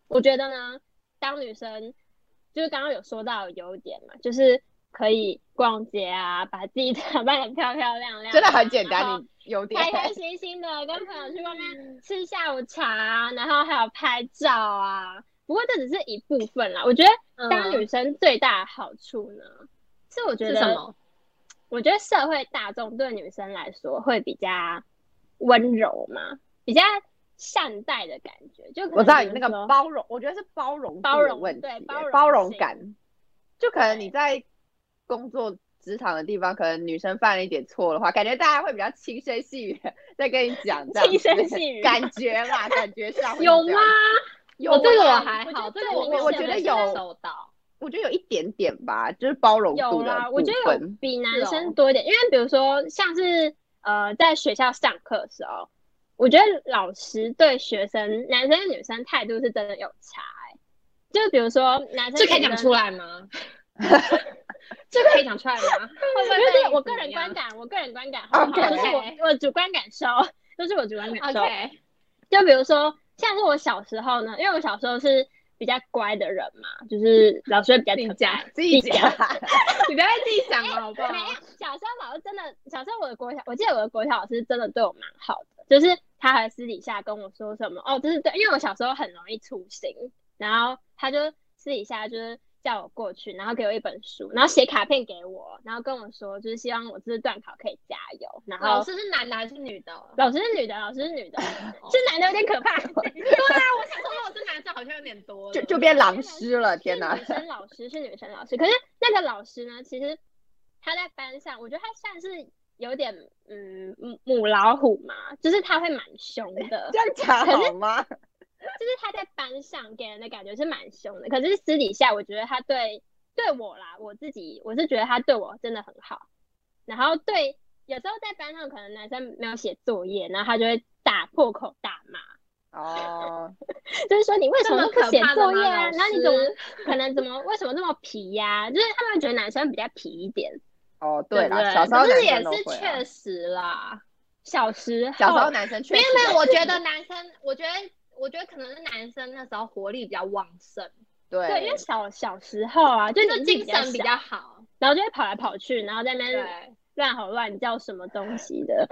S3: 我觉得呢，当女生就是刚刚有说到的优点嘛，就是可以逛街啊，把自己打扮的漂漂亮亮啊，
S2: 真的很简
S3: 然后
S2: 单，你有点
S3: 开开心心的跟朋友去外面吃下午茶啊，然后还有拍照啊。不过这只是一部分啦，我觉得
S1: 嗯
S3: 当女生最大的好处呢，是我觉
S1: 是
S3: 得
S1: 什么？
S3: 我觉得社会大众对女生来说会比较温柔嘛，比较善待的感觉。就可能
S2: 我知道你那
S3: 比如
S2: 个
S3: 说
S2: 包容，我觉得是包容度的
S3: 包容
S2: 问题
S3: 对
S2: 耶，
S3: 包容
S2: 包容
S3: 性
S2: 感。就可能
S3: 对
S2: 你在工作职场的地方，可能女生犯了一点错的话，感觉大家会比较轻声细语地在跟你讲这样
S3: 轻声
S2: 子
S3: 细语
S2: 感觉啦，感觉上会
S1: 有吗
S2: 这样？？有
S1: 我这个
S2: 啦
S1: 我还好，
S3: 我
S1: 这
S3: 觉得
S1: 个我
S2: 我我觉得有
S1: 收到，
S2: 我觉得有一点点吧，就是包容
S3: 有啊
S2: 度的
S3: 啦，我觉
S2: 部
S3: 得有
S2: 分
S3: 比
S1: 是
S3: 男
S1: 哦
S3: 生多一点，因为比如说像是呃，在学校上课的时候，我觉得老师对学生，男生跟女生态度是真的有差、欸。就比如说男生
S1: 这可以讲出来
S3: 来，
S1: 吗？这可以讲出来吗？会不会
S3: 就是
S1: 被
S3: 我
S1: 怎么
S3: 个人
S1: 样
S3: 观感，我个人观感好不好
S2: OK
S3: 就是我我主观感受，就是我主观感受。
S1: ？OK。
S3: 就比如说，像是我小时候呢，因为我小时候是比较乖的人嘛，就是老师会比较疼
S1: 自己
S3: 爱
S1: 讲。
S2: 自己
S3: 比
S2: 讲
S3: 较，
S1: 你不要再自己讲了，好不
S3: 没有
S1: 好？，
S3: 小时候老师真的，小时候我的国小，我记得我的国小老师真的对我蛮好的，就是他还私底下跟我说什么哦，就是对，因为我小时候很容易粗心，然后他就私底下就是叫我过去，然后给我一本书，然后写卡片给我，然后跟我说就是希望我这次段考可以加油，然
S1: 老
S3: 后
S1: 师是男的还是女的？
S3: 老师是女的，老师是女的，是男的有点可怕。
S1: 对啊，我想说老师男生好像有点多了
S2: 就就变狼师了，天哪
S3: 是！女生老师是女生老师，可是那个老师呢，其实他在班上，我觉得他算是有点嗯母母老虎嘛，就是他会蛮凶 的，
S2: 这样讲好吗？
S3: 就是他在班上给人的感觉是蛮凶的，可是私底下我觉得他对对我啦，我自己我是觉得他对我真的很好，然后对有时候在班上可能男生没有写作业，然后他就会打破口大骂。
S2: 哦，
S3: 就是说你为什
S1: 这么
S3: 么不
S1: 可
S3: 写
S1: 怕的
S3: 作
S1: 吗
S3: 业啊？
S1: 老
S3: 然后你怎么
S1: 师
S3: 可能怎么为什么这么皮呀、就是他们会觉得男生比较皮一点。
S2: 哦，
S3: 对
S2: 对啦，
S3: 对
S2: 小时候
S1: 可是
S2: 男
S1: 也
S2: 生都
S1: 是
S2: 会啊。
S1: 确实啦，
S3: 小时
S2: 小时候
S3: 候
S2: 男生确
S1: 没
S2: 实
S1: 有没有，我觉得男生，我觉得我觉得可能是男生那时候活力比较旺盛，
S3: 对，因
S2: 对
S3: 为小小时候啊，就
S1: 就是
S3: 年纪
S1: 精神比
S3: 小，
S1: 较好。
S3: 然后就会跑来跑去，然后在那
S1: 对，
S3: 边乱吼乱叫什么东西的，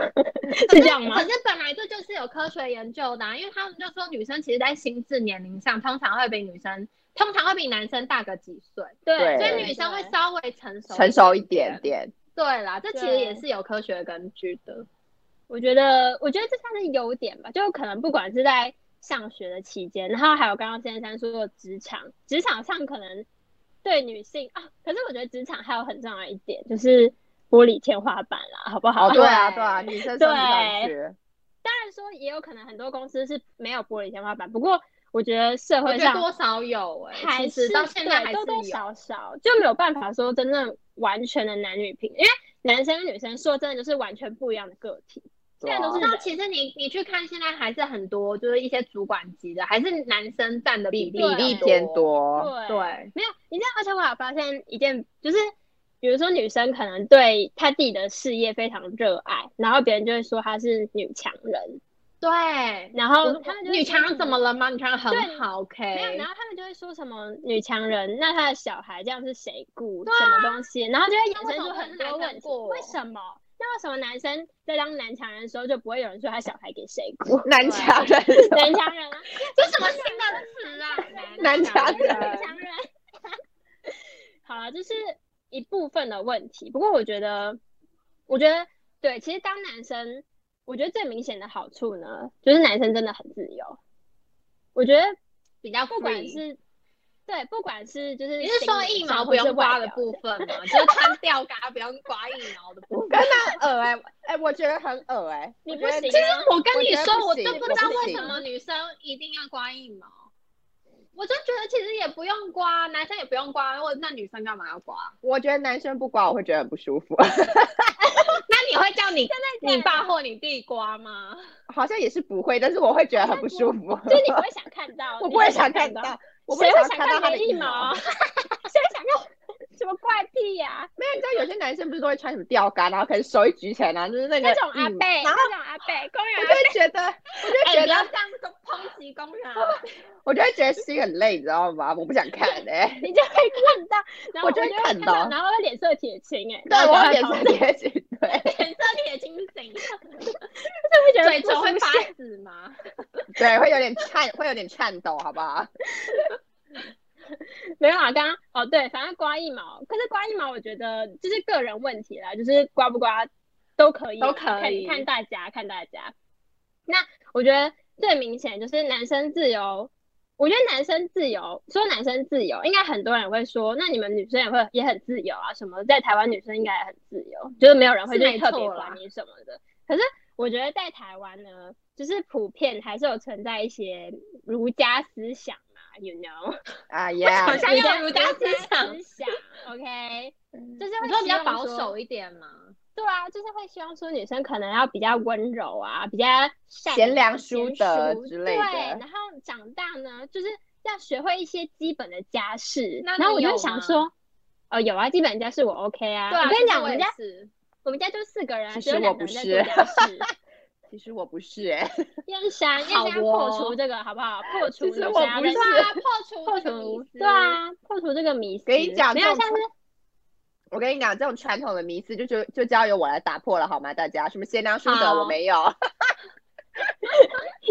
S3: 是这样吗
S1: 可？是本来这就是有科学研究的、啊，因为他们就说女生其实在心智年龄上通常会比女生通常会比男生大个几岁，
S3: 对，
S2: 对
S1: 所以女生会
S3: 对
S1: 稍微成熟
S2: 成熟一点。点，
S1: 对啦，这其实
S3: 对
S1: 也是有科学根据的。
S3: 我觉得，我觉得这算是优点吧，就可能不管是在上学的期间，然后还有刚刚先生说的职场，职场上可能对女性啊，可是我觉得职场还有很重要一点就是玻璃天花板啦，好不好？
S2: 哦，对啊，
S1: 对
S2: 对啊，女生上不上去，
S3: 当然说也有可能很多公司是没有玻璃天花板，不过我觉得社
S1: 我
S3: 会
S1: 觉得
S3: 上
S1: 多少有哎、欸，
S3: 还
S1: 其实
S3: 是
S1: 到现在
S3: 对
S1: 还是
S3: 多多
S1: 有。
S3: 少少就没有办法说真正完全的男女平，因为男生跟女生说真的就是完全不一样的个体。
S2: 对啊
S3: 现在都是
S1: 那其实你你去看，现在还是很多，就是一些主管级的，还是男生占的
S2: 比
S1: 比
S2: 比
S3: 对
S2: 例偏
S1: 多。
S2: 多，
S3: 对
S1: 哦对，
S3: 没有，你知道，而且我有发现一件，就是比如说女生可能对她自己的事业非常热爱，然后别人就会说她是女强人，
S1: 对，
S3: 然
S1: 我
S3: 后
S1: 说嗯
S3: 他们就会
S1: 女
S3: 说
S1: 强
S3: 什
S1: 人怎么了吗？女强人很好
S3: 没有，
S1: ，OK
S3: 然。后他们就会说什么女强人，那她的小孩这样是谁雇，什么东西，然后就会
S1: 啊那为
S3: 衍
S1: 什
S3: 生出
S1: 么男
S3: 很
S1: 生
S3: 多问题。
S1: 雇
S3: 为什么？那为什么男生在当男强人的时候就不会有人说他小孩 给谁雇？
S2: 男强人，
S3: 男强人啊，
S1: 这什么新的词 啊？
S2: 男强人
S3: 男强人。好啊，这是一部分的问题。不过我觉得，我觉得对，其实当男生，我觉得最明显的好处呢，就是男生真的很自由。我觉得
S1: 比较
S3: 不管
S1: free
S3: 是对，不管是就是
S1: 你是说
S3: 心理
S1: 一
S3: 上
S1: 毛
S3: 或
S1: 不用
S3: 是外
S1: 刮的
S3: 表
S1: 部分 吗？就是穿吊嘎不用刮一毛的部分
S2: 跟。他很恶哎、哎、我觉得很恶哎、
S3: 你
S2: 我
S3: 不
S2: 觉得
S3: 行
S1: 其实
S3: 啊
S1: 我跟你说，
S2: 我
S1: 我
S2: 觉
S1: 就
S2: 得不行
S1: 不啊知道
S2: 我不
S1: 为
S2: 行
S1: 什么女生一定要刮一毛。我就觉得其实也不用刮，男生也不用刮，或者那女生干嘛要刮？
S2: 我觉得男生不刮我会觉得很不舒服，
S1: 那你会叫你
S3: 真的
S1: 你爸或你弟刮吗？
S2: 好像也是不会，但是我会觉得很不舒服。
S3: 就是你不会想看到，
S2: 我
S3: 你
S2: 不会
S3: 会
S2: 想看
S3: 看
S2: 到，
S3: 到，
S2: 我不
S3: 谁
S2: 想
S3: 会
S2: 要
S3: 想
S2: 看到他的
S3: 你的
S2: 一
S3: 一
S2: 毛
S3: 毛？。 谁会想看 什么怪癖呀？
S2: 没有，你知道有些男生不是都会穿什么吊嘎，然后可能手一举起来，然后就是那个
S3: 那种阿
S2: 嗯
S3: 贝，
S2: 然后
S3: 那种阿贝，公
S2: 我
S3: 园
S2: 就
S3: 阿贝
S2: 会觉得，我就
S1: 哎、
S2: 会觉
S1: 不要
S2: 得，
S1: 这样子抨击工人 啊！
S2: 我就会觉得心很累，你知道吗？我不想 看哎、
S3: 你就会看到，然后
S2: 我
S3: 我
S2: 就会
S3: 会
S2: 看到
S3: 到，然后会脸色铁青哎，
S2: 对
S3: 然后
S2: 我
S3: 就
S2: 脸
S3: 会
S2: 色
S3: 跑
S2: 贴紧，对
S1: 脸色铁青是 怎样？
S3: 会觉得
S1: 嘴
S3: 不
S1: 唇会
S3: 舒
S1: 发
S3: 适
S1: 紫吗？
S2: 对，会有点颤，会有点颤抖，好不好？
S3: 没有啊，刚刚哦对，反正刮一毛，可是刮一毛，我觉得就是个人问题啦，就是刮不刮都可以啊，
S1: 都可以
S3: 看看大家，看大家。那我觉得最明显就是男生自由，我觉得男生自由，说男生自由，应该很多人会说，那你们女生也会也很自由啊，什么在台湾女生应该也很自由，就是没有人会
S1: 是
S3: 去
S1: 没
S3: 特
S1: 错
S3: 别
S1: 啦
S3: 管你什么的。可是我觉得在台湾呢，就是普遍还是有存在一些儒家思想嘛，you know。
S2: 啊
S1: 好
S2: 呀，
S1: 像要有儒家思想
S3: 儒家思想，OK，就是
S2: 嗯
S1: 你
S3: 会
S1: 说比较
S3: 希望
S1: 保
S3: 说
S1: 守一点嘛。
S3: 对啊，就是会希望说女生可能要比较温柔啊，比较善
S2: 贤良
S3: 淑
S2: 淑德之类的
S3: 对，然后长大呢，就是要学会一些基本的家事。
S1: 那你
S3: 然后我就
S1: 有
S3: 会想
S1: 吗
S3: 说，哦，有啊，基本家事我 OK 啊。
S1: 对啊，
S3: 我跟你讲，
S1: 其实我
S3: 我们
S1: 也
S3: 家
S1: 是
S3: 我们家就四个人啊，
S2: 其
S3: 只有
S2: 实
S3: 两
S2: 我
S3: 个
S2: 不
S3: 人在
S2: 是
S3: 做家 事。
S2: 其实我不是哎、
S3: 燕山，燕
S1: 好
S3: 山破
S1: 哦
S3: 除这个好不好？破除
S2: 其
S3: 女
S2: 实
S3: 生
S2: 我
S3: 要
S2: 不
S3: 认
S2: 是
S3: 识
S1: 对啊，破除
S3: 破
S1: 这个迷
S3: 除，
S1: 思
S3: 对，啊，破除这个迷思。
S2: 跟你讲
S3: 没
S2: 这
S3: 有
S2: 种
S3: 像是
S2: 我跟你讲，这种传统的迷思就就就交由我来打破了，好吗？大家，什么贤良淑德
S1: 好
S2: 我没有，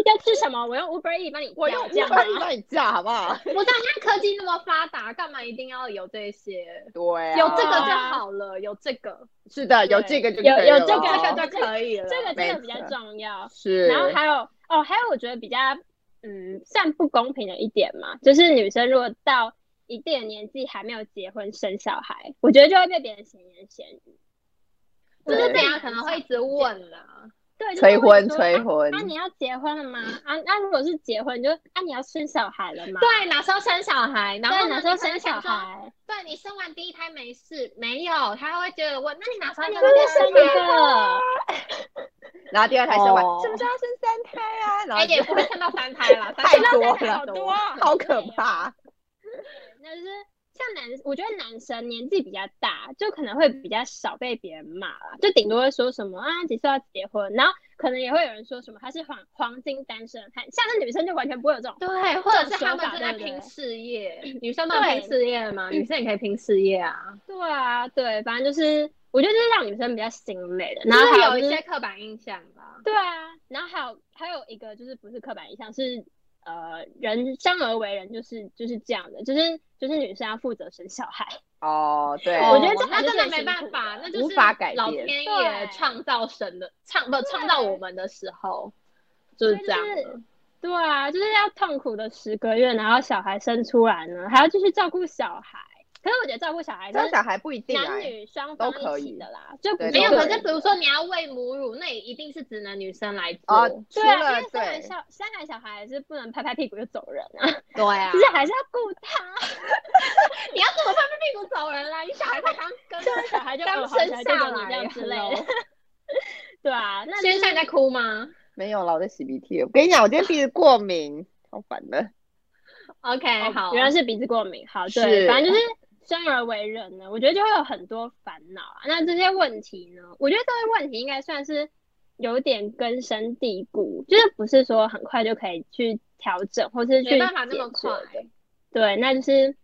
S3: 要吃什么， 我用 Uber E 帮你
S2: 我
S3: 叫
S2: 用
S3: 这样
S2: Uber
S3: 吗
S2: Eats 帮你叫，好不好？
S1: 不是啊，现在科技那么发达，干嘛一定要有这些？
S2: 对、啊，
S1: 有这个就好了，有这个，
S2: 是的，有
S3: 对
S2: 这个就
S3: 有
S2: 可以
S3: 有
S2: 了
S3: 这
S1: 有
S3: 个
S2: 哦
S1: 这个就可以了。
S3: 这个
S2: 没
S3: 这个比较
S2: 错
S3: 重要。
S2: 是，
S3: 然后还有哦，还有我觉得比较嗯，算不公平的一点嘛，就是女生如果到一定的年纪还没有结婚生小孩，我觉得就会被别人闲言闲语。
S1: 就是
S2: 对
S1: 怎样可能会一直问啦。
S3: 对，就是
S2: 催
S3: 会
S2: 婚
S3: 说
S2: 催
S3: 啊
S2: 婚
S3: 啊，，你要结婚了吗？啊，那如果是结婚，你就啊，你要生小孩了吗？
S1: 对，哪时候生小孩？然后
S3: 对，
S1: 呢
S3: 哪时候
S1: 你可能
S3: 生小
S1: 想说啊
S3: 孩？
S1: 对你生完第一胎没事，没有，他会觉得问，那你哪时候
S3: 啊你
S1: 要
S3: 是不是
S1: 生
S3: 生一
S1: 第二胎？
S3: 个？
S2: 然后第二胎生完
S1: 哦，
S2: 什么时候要生三胎 啊？然
S1: 哎，
S2: 后
S1: 也
S2: 就
S1: 不会生到三胎啦，
S2: 太
S1: 三胎
S2: 多
S1: 好
S2: 了，
S1: 多。
S3: 啊
S2: 好可怕。
S3: 那就是像男，我觉得男生年纪比较大，就可能会比较少被别人骂啦，就顶多会说什么啊几岁要结婚，然后可能也会有人说什么他是黄黄金单身汉，像是女生就完全不会有这种。
S1: 对，或者是他
S3: 这种说
S1: 们
S3: 法
S1: 正在
S3: 对不
S1: 拼
S3: 对
S1: 事业，女生们拼
S3: 对
S1: 事业吗？女生也可以拼事业啊，
S3: 对啊，对，反正就是我觉得就是让女生比较心累的，
S1: 就
S3: 然后
S1: 是
S3: 还
S1: 有
S3: 就
S1: 一
S3: 是
S1: 些刻板印象啦。
S3: 对啊，然后还有还有一个就是不是刻板印象，是呃人生而为人就是就是这样的，就是就是女生要负责生小孩。
S2: 哦，对，
S3: 我觉得这
S1: 那
S3: 还是
S1: 真的
S3: 最
S1: 没
S3: 辛
S1: 办
S3: 苦
S1: 法，
S3: 的
S1: 那就是
S2: 无法改变
S1: 老天爷
S3: 对
S1: 创造神的创不创造我们的时候就是这样
S3: 所以就
S1: 的。
S3: 对啊，就是要痛苦的十个月，然后小孩生出来呢，还要继续照顾小孩。可是我觉得照顾小孩
S2: 生
S3: 跟
S2: 小孩不一定啊
S3: 男，女双方
S2: 都可
S3: 一
S2: 以
S3: 起的啦，就不
S2: 对
S3: 是
S1: 没有，
S2: 都
S3: 个
S1: 可
S3: 人
S1: 是比如
S3: 的
S1: 说你要喂母乳，那也一定是只能女生来做。
S2: 哦，除
S3: 对啊，
S2: 了
S3: 因为生完
S2: 对，
S3: 小生完小孩是不能拍拍屁股就走人啊，
S1: 对 啊
S3: 就是还是要顾他。
S1: 你要怎么拍拍屁股走人啦？你小孩才 刚跟
S3: 生完小孩就
S1: 刚
S3: 呃好
S1: 生
S3: 小孩就
S1: 下
S3: 走你这
S1: 来
S3: 样之类的
S1: hello。
S3: 对啊， 那就
S1: 先
S3: 是
S1: 生你在哭吗
S2: 没有了，我在洗鼻涕。我跟你讲，我今天鼻子过敏，好烦的。
S1: ？OK，
S3: 哦
S1: 好，
S3: 原来是鼻子过敏。好，
S2: 是
S3: 对，反正就是生而为人呢，我觉得就会有很多烦恼啊。那这些问题呢，我觉得这些问题应该算是有点根深蒂固，就是不是说很快就可以去调整，或是去
S1: 没办法那么
S3: 解决
S1: 快。
S3: 的对，那就是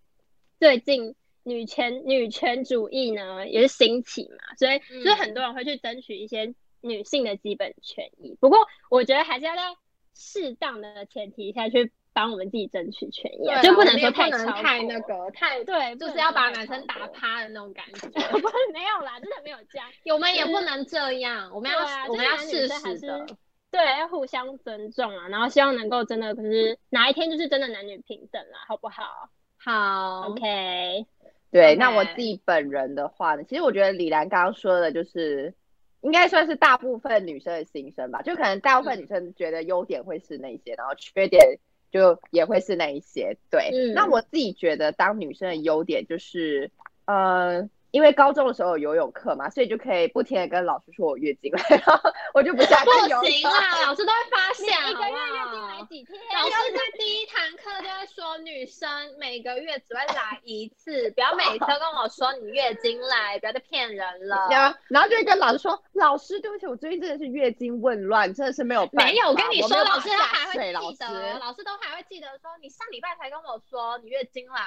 S3: 最近女权女权主义呢也是兴起嘛，所以
S1: 嗯
S3: 所以很多人会去争取一些女性的基本权益。不过我觉得还是要在适当的前提下去帮我们自己争取权益啊、
S1: 对
S3: 就
S1: 啦
S3: 不
S1: 我们
S3: 能说
S1: 也不能
S3: 超过
S1: 太那个太，
S3: 对，
S1: 就
S3: 不
S1: 是
S3: 能
S1: 要
S3: 说
S1: 把
S3: 太
S1: 男生
S3: 超
S1: 打
S3: 过。
S1: 趴的那种感觉。
S3: 不是没有啦，真的没有这样。
S1: 我们也
S3: 就是
S1: 不能这样，我们要、
S3: 对啊
S1: 我们
S3: 就是
S1: 要
S3: 男
S1: 适
S3: 女生还
S1: 时的
S3: 是，对，要互相尊重啊，然后希望能够真的，可是哪一天就是真的男女平等啦，好不好嗯
S1: 好
S3: ？OK，
S2: 对
S1: OK
S2: 那我自己本人的话呢，其实我觉得李兰刚刚说的，就是应该算是大部分女生的心声吧，就可能大部分
S1: 嗯
S2: 女生觉得优点会是那些，然后缺点就也会是那一些。对，
S3: 嗯
S2: 那我自己觉得当女生的优点就是，呃。因为高中的时候有游泳课嘛，所以就可以不停的跟老师说我月经来， 然后我就不想
S1: 不
S2: 去游
S1: 行啊
S2: 泳。
S1: 啦，老师都会发
S3: 你
S1: 现，
S3: 一个
S1: 好不
S3: 月月经
S1: 好
S3: 来几天？啊
S1: 老师在第一堂课就会说，女生每个月只会来一次，不 要每次都跟我说你月经来，不要再骗人 了。
S2: 然后，然后就会跟老师说：“老师，对不起，我最近真的是月经混乱，真的是没有办法。”
S1: 没有，我跟你
S2: 我
S1: 说
S2: 没，有办
S1: 老
S2: 法
S1: 师他
S2: 下
S1: 还
S2: 水
S1: 会
S2: 老
S1: 记
S2: 师
S1: 得哦，老师都还会记得说，你上礼拜才跟我说你月经来，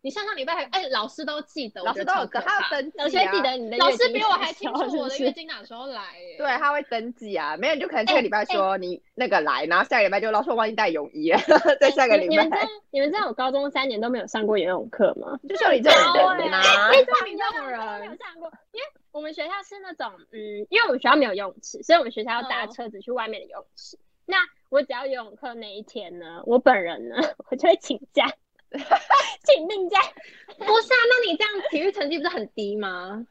S1: 你上上礼拜还，哎，老师都记得，
S2: 老师都有
S1: 我觉得
S2: 跟
S1: 超可
S2: 他
S1: 怕
S2: 要登记、啊，
S3: 老师会记得你的
S1: 老
S3: 月经来
S1: 师
S3: 的时候，
S1: 比我还清楚我的
S3: 是
S1: 月
S3: 不是。
S1: 经哪时候来耶。
S2: 对，他会登记啊。没有，你就可能这个礼拜说你那个来，然后下个礼拜就老师我忘记带泳衣 了，在下个
S3: 哎你你
S2: 礼
S3: 们知道
S2: 拜
S3: 你们知道我高中三年都没有上过游泳课吗？
S2: 就像你这种人啊。
S1: 哎
S3: 像
S1: 你这种
S3: 没
S1: 人
S3: 有，上过，因为我们学校是那种，嗯，因为我们学校没有游泳池，所以我们学校要搭
S1: 嗯
S3: 车子去外面的游泳池。那我只要游泳课那一天呢，我本人呢， 我就会请 假，请病假。
S1: 不是啊？那你这样体育成绩不是很低吗？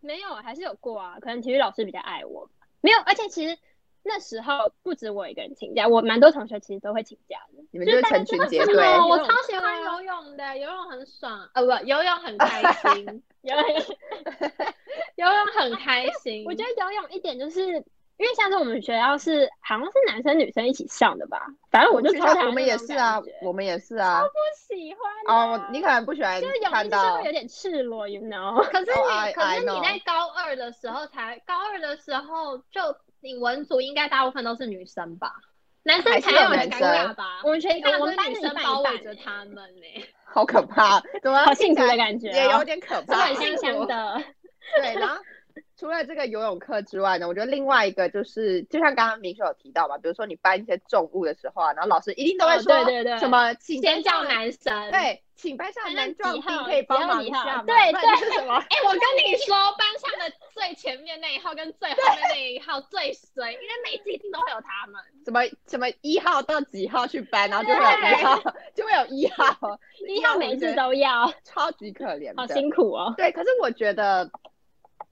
S3: 没有，还是有过啊，可能体育老师比较爱我。没有，而且其实那时候不止我一个人请假，我蛮多同学其实都会请假的。
S2: 你们就是成群结
S3: 对
S2: 队
S3: 就是，
S1: 哦我
S3: 游泳
S1: 超喜欢
S3: 课啊
S1: 游泳的，游泳很爽，呃，不，游泳很开心，
S3: 有，
S1: 游泳 很开
S2: 嗯
S1: 心。
S3: 我觉得游泳一点就是，因为像是我们学校是好像是男生女生一起上的吧，反正我就
S2: 知
S3: 超
S2: 道
S3: 讨厌
S2: 我们
S3: 那
S2: 也
S3: 种
S2: 是啊
S3: 感觉，
S2: 我们也是啊。
S3: 不喜欢啊
S2: 哦，你可能不喜欢
S3: 就是泳
S2: 看
S3: 衣就是
S2: 到
S3: 会有点赤裸，you know？
S1: 可是你
S2: Oh, I-
S1: 可
S2: I
S1: 是你
S2: know.
S1: 在高二的时候才，高二的时候就你文组应该大部分都是女生吧，男生
S2: 还是
S1: 才
S2: 有
S1: 人
S2: 男
S1: 尴
S2: 生
S1: 尬吧？
S3: 我们学
S1: 哎大
S3: 我
S1: 部
S3: 们
S1: 分
S3: 班
S1: 女
S3: 是一
S1: 生
S3: 半
S1: 包
S3: 一
S1: 围
S3: 半
S1: 着
S3: 欸，
S1: 他们呢、
S2: 好可怕，怎么
S3: 好幸福
S2: 听起
S3: 的
S2: 来
S3: 感觉
S2: 也有
S3: 哦，
S2: 点可
S3: 是
S2: 怕，
S3: 很香香的。
S2: 对，然后除了这个游泳课之外呢，我觉得另外一个就是，就像刚刚明秀有提到嘛，比如说你搬一些重物的时候啊，然后老师一定都会
S3: 哦
S2: 说，
S3: 对对对
S2: 什么请
S1: 先叫
S2: 班上
S1: 男生。哎、
S2: 对，请班上
S3: 班上
S2: 男壮
S3: 几
S2: 丁
S3: 号
S2: 可以
S3: 几
S2: 帮
S3: 号
S2: 忙一
S3: 几号
S2: 下嘛，
S3: 对
S2: 不然
S3: 对
S2: 是 什么？
S1: 哎我跟你说，班上的最前面那一号跟最后面那一号最衰，因为每一次一定都会有他们。
S2: 什么什么一号到几号去搬，然后就会有一
S1: 对
S2: 号， 就会有一号，
S3: 一号每次都要，
S2: 超级可怜
S3: 好
S2: 的。
S3: 辛苦哦。
S2: 对，可是我觉得，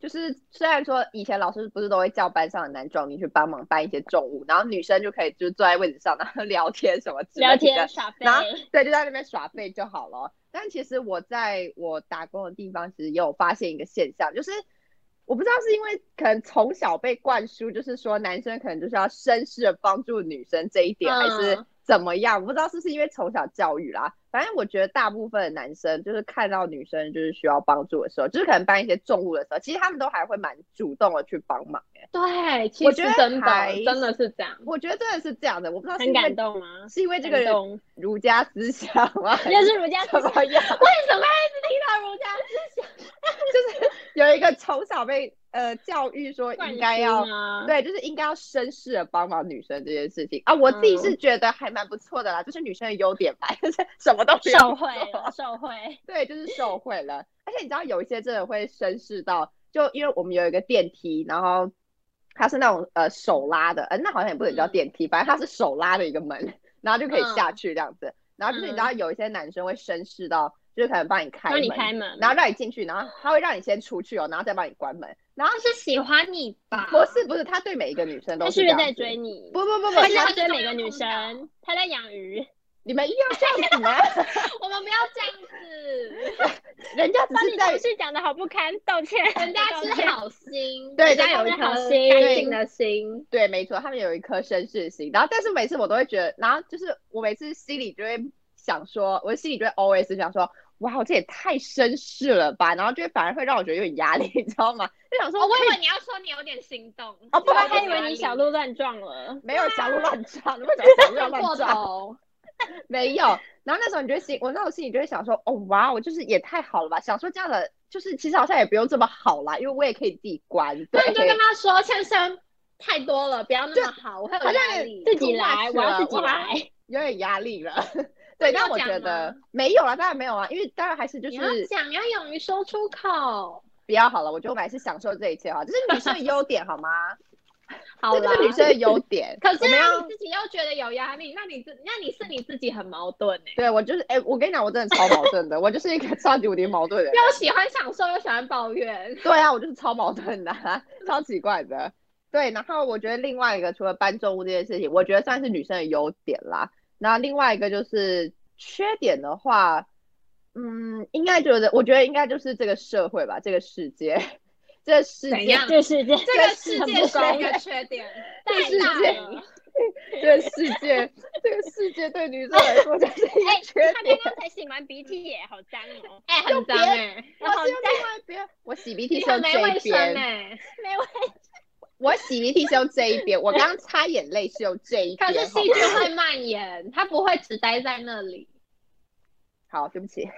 S2: 就是虽然说以前老师不是都会叫班上的男壮丁去帮忙搬一些重物，然后女生就可以就是坐在位置上，然后聊天什么之类
S3: 聊
S2: 的，
S3: 天耍废
S2: 然，后对，就在那边耍废就好了。但其实我在我打工的地方，其实也有发现一个现象，就是我不知道是因为可能从小被灌输，就是说男生可能就是要绅士的帮助女生这一点，还是
S1: 嗯
S2: 怎么样？我不知道是不是因为从小教育啦。反正我觉得大部分的男生就是看到女生就是需要帮助的时候，就是可能搬一些重物的时候，其实他们都还会蛮主动的去帮忙、欸。
S1: 对，其
S2: 我
S1: 实
S2: 觉得
S1: 真
S2: 还
S1: 的真的是这样。
S2: 我觉得真的是这样的，我不知道是
S3: 很
S2: 因
S3: 感
S2: 为
S3: 动吗？
S2: 是因为这个
S3: 感动，
S2: 儒家思想 吗？还
S3: 又是儒家
S2: 怎
S3: 思想，
S2: 么样？
S1: 为什么要一直听到儒家思想？
S2: 有一个从小被呃教育说应该要
S3: 灌输吗？
S2: 对，就是应该要绅士的帮忙女生这件事情啊，我自
S3: 嗯
S2: 己是觉得还蛮不错的啦，就是女生的优点吧， 就是什么都不
S3: 受
S2: 用
S3: 贿
S2: 做
S3: 了，受贿。
S2: 对，就是受贿了。而且你知道有一些真的会绅士到，就因为我们有一个电梯，然后它是那种呃手拉的，呃，那好像也不能叫
S1: 嗯
S2: 电梯，反正它是手拉的一个门，然后就可以
S3: 嗯
S2: 下去这样子。然后就是你知道有一些男生会绅士到，就是可能帮你开
S3: 帮
S2: 门，
S3: 你开门，
S2: 然后让你进去，然后他会让你先出去哦，然后再帮你关门。然后
S1: 他是喜欢你吧？
S2: 不是不是，他对每一个女生都
S3: 他
S2: 是
S3: 是
S2: 这
S3: 不是
S2: 样
S3: 在
S2: 子
S3: 追你？
S2: 不不不不
S3: 他，
S1: 是
S3: 是
S1: 要
S3: 在
S2: 他
S3: 追
S1: 追
S3: 每个女
S1: 碰到
S3: 生，他在养鱼，
S2: 你们一定要这样子吗？
S1: 我们不要这样 子，
S2: 人家 只
S3: 帮
S2: 是
S3: 你同
S2: 在
S3: 事讲的好不堪，道歉。
S1: 人家
S3: 道
S1: 是
S3: 歉
S1: 好心，
S2: 对
S1: 人家有一
S3: 人家
S1: 颗
S3: 是好心
S1: 干净的心。
S2: 对，没错，他们有一颗绅士心。然后，但是每次我都会觉得，然后就是我每次心里就会想说，我心里就会 always 想说，哇，这也太绅士了吧！然后就反而会让我觉得有点压力，你知道吗？就想说，
S1: 哦，我以为你要说你有点心动，
S2: 哦 不
S3: 我
S2: 然
S3: 还以为你小鹿乱撞了。
S2: 没有小鹿乱撞，你为什么小鹿要
S1: 撞啊过
S2: 乱撞？
S1: 头，
S2: 没有。然后那时候你就会心，我那时候心里就会想说，哦哇，我就是也太好了吧！想说这样的，就是其实好像也不用这么好啦，因为我也可以自己关。
S1: 那你就
S2: 对
S1: 跟他说，先生太多了，不要那么好，我会有
S2: 好像
S1: 压力。
S3: 自己来，
S2: too much
S3: 我要自己
S2: 了哇
S3: 来。
S2: 有点压力了。
S1: 那
S2: 对，
S1: 你要
S2: 但我
S1: 讲
S2: 觉得
S1: 吗
S2: 没有啦，当然没有啊，因为当然还是就
S1: 你要
S2: 是
S1: 讲，要勇于说出口。
S2: 比较好了。我觉得我们还是享受这一切哈，这是女生的优点好吗？
S1: 好
S2: 这
S1: 啦
S2: 就，是女生的优点。
S1: 可
S2: 我
S1: 是
S2: 们
S1: 啊，
S2: 要
S1: 你自己又觉得有压力，那你自那你是你自己很矛盾哎、
S2: 对我就是哎、我跟你讲，我真的超矛盾的， 我就是一个超级无敌矛盾 的人。
S1: 又喜欢享受，又喜欢抱怨。
S2: 对啊，我就是超矛盾的啊、 超奇怪的。对，然后我觉得另外一个除了搬重物这件事情，我觉得算是女生的优点啦。那另外一个就是缺点的话，嗯，应该觉得，我觉得应该就是这个社会吧，这个世界， 这个世
S1: 怎
S2: 界
S1: 样
S3: 这世界
S1: 这个世
S3: 很
S1: 界
S3: 不
S1: 是
S3: 公
S1: 一个缺点，
S2: 这
S1: 太
S2: 世
S1: 大
S2: 界
S1: 了。
S2: 这个世界，这个世界对女生来说就是一
S3: 哎
S2: 个缺
S3: 他
S2: 点
S3: 刚。刚才洗完鼻涕耶，好脏 哦，
S1: 哎、很脏
S2: 别
S1: 哎、
S2: 我是用另外一边，我洗鼻涕
S1: 你
S2: 是用
S1: 很没
S2: 这
S1: 卫
S2: 一
S1: 生
S2: 边，
S1: 哎、
S3: 没问
S2: 我洗鼻涕是用这一边，我刚刚擦眼泪是用这一边。
S1: 可是
S2: 好
S1: 细
S2: 吗
S1: 菌会蔓延，它不会只待在那里。
S2: 好，对不起。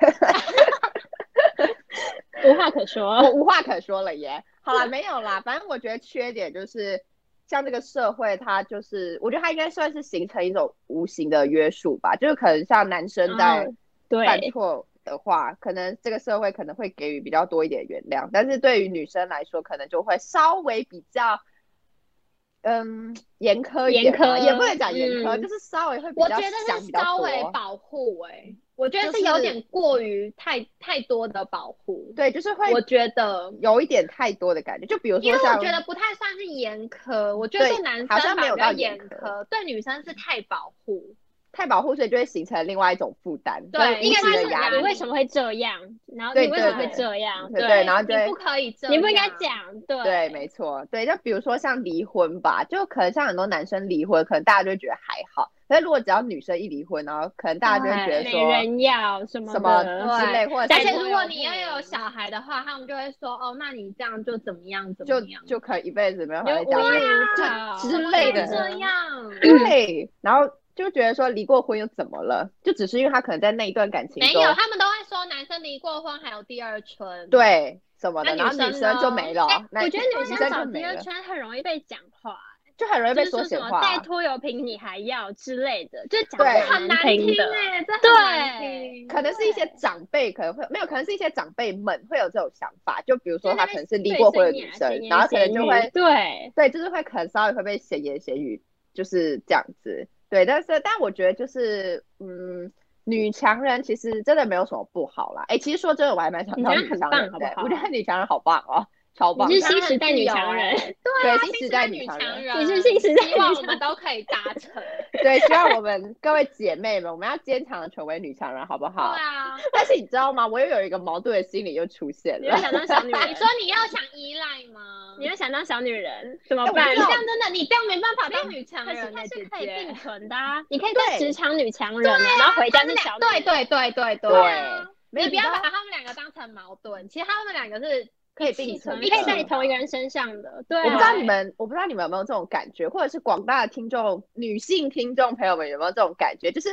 S3: 无话可说
S2: 我。无话可说了耶。好 啦，没有啦，反正我觉得缺点就是，像这个社会，它就是，我觉得它应该算是形成一种无形的约束吧。就是可能像男生在
S3: 嗯
S2: 犯
S3: 对，
S2: 错的话，可能这个社会可能会给予比较多一点原谅，但是对于女生来说，可能就会稍微比较。嗯，严苛一点嘛
S3: 严苛
S2: 也不能讲严苛，
S1: 嗯
S2: 就是稍微会比
S1: 我
S2: 较
S1: 觉得
S2: 想
S1: 是
S2: 比较
S1: 稍
S2: 多。
S1: 微保护哎、我觉得
S2: 就是
S1: 是有点过于太太多的保护。，
S2: 对，就是会
S1: 我觉得，
S2: 有一点太多的感觉。就比如
S1: 因
S2: 说
S1: 为
S2: 像，
S1: 我觉得不太算是严苛，我觉得
S2: 对
S1: 对男生
S2: 好像没有
S1: 反而
S2: 到
S1: 比较严
S2: 严苛嗯
S1: 苛，对女生是太保护。
S2: 太保护，所以就会形成另外一种负担，
S1: 对
S2: 就是
S1: 应
S2: 无
S1: 该
S2: 形
S1: 是
S2: 的压
S1: 压
S2: 力
S1: 力
S3: 你。为什么会这样？然后
S2: 对
S3: 你为什么
S1: 对
S3: 会这样？
S2: 对
S3: 对，
S2: 然后
S1: 你
S2: 就会
S1: 不可以这样，
S3: 你不应该讲，对
S2: 对，没错，对，就比如说像离婚吧，就可能像很多男生离婚，可能大家就会觉得还好，但如果只要女生一离婚，然后可能大家就会觉得
S3: 没
S2: 说
S3: 人要什么
S2: 什么
S3: 的
S1: 对
S2: 之类，或者
S1: 而
S2: 是
S1: 且
S3: 对
S1: 如果你要有
S3: 对
S1: 小孩的话，他们就会说哦，那你这样就怎么样怎
S2: 就
S1: 么样，
S2: 就可以一辈子没有
S3: 你
S2: 好
S3: 就
S2: 好
S3: 无
S2: 讲
S3: 依
S2: 话
S3: 无
S2: 就
S3: 靠
S2: 之
S1: 不
S2: 类
S1: 要
S2: 的
S1: 这样。
S2: 对，然后就觉得说离过婚又怎么了？就只是因为他可能在那一段感情
S1: 没
S2: 中
S1: 有，他们都会说男生离过婚还有第二春。，
S2: 对什么的，
S1: 那
S2: 然后
S1: 女生
S2: 女生就
S1: 呢
S2: 没了
S3: 哎，
S2: 那
S3: 我觉得女生
S2: 就
S3: 找
S2: 没
S3: 第
S2: 了
S3: 二，圈很容易被讲话，
S2: 就很容易被
S3: 就是说什
S2: 闲
S3: 么
S2: 话。啊
S3: 带拖油瓶你还要之类的，就讲
S2: 对
S3: 的
S1: 很难
S3: 听
S1: 听
S3: 的。
S1: 哎、这很
S3: 对
S1: 难听
S2: 可能是一些长辈可能会没有，可能是一些长辈们会有这种想法，就比如说
S3: 就那
S2: 她
S3: 边
S2: 可能是离
S3: 对
S2: 过婚的
S3: 闲
S2: 女
S3: 言
S2: 生
S3: 闲，言
S2: 然后可能
S3: 闲
S2: 就
S3: 语
S2: 会
S3: 对，
S2: 对，就是会可能稍微会被闲言闲语，就是这样子。对，但是但我觉得就是嗯，女强人其实真的没有什么不好啦。哎，其实说真的，我还蛮想
S3: 女
S2: 当
S3: 强人
S2: 女
S3: 很
S2: 强
S3: 棒
S2: 人
S3: 好
S2: 的，
S3: 不
S2: 我觉
S3: 好
S2: 得女强人好棒哦，超棒的。
S3: 你是
S1: 她很
S3: 新时代
S1: 自
S3: 女
S1: 由
S3: 强人，
S2: 欸
S1: 对啊，
S2: 对新时代女
S1: 女
S2: 强人
S1: 人，
S3: 你是新时代
S1: 希望
S3: 女
S1: 我
S3: 强
S1: 们都可以达 成。
S2: 对，希望我们各位姐妹们，我们要坚强的成为女强人，好不
S1: 对
S2: 好？
S1: 啊，
S2: 但是你知道吗？我又有一个矛盾的心理又出 现
S3: 你
S2: 了
S3: 要。想当小女
S1: 你
S3: 人
S1: 说，你要想依赖吗？
S3: 你要想当小女 人怎么
S2: 哎我
S3: 办
S1: 你
S2: 知？道
S1: 这样真的，你这样没办法当女强
S3: 可是
S1: 人
S3: 它
S1: 哎、
S3: 是
S1: 姐
S3: 可以并
S1: 姐。
S3: 存的啊，你可以
S2: 对
S3: 做职场女强人啊，然后回家是小女
S1: 对
S3: 人
S1: 对对对对
S2: 对
S1: 啊
S2: 没有
S1: 你不要
S2: 知道
S1: 把他们两个当成矛盾，其实他们两个是
S2: 可以
S1: 一起
S2: 并存
S1: 存
S3: 你可
S1: 在
S3: 以
S2: 的
S3: 在
S1: 的
S3: 你同一个人身上的，对，啊
S2: 我不知道你们，我不知道你们有没有这种感觉，或者是广大的听众、女性听众朋友们有没有这种感觉？就是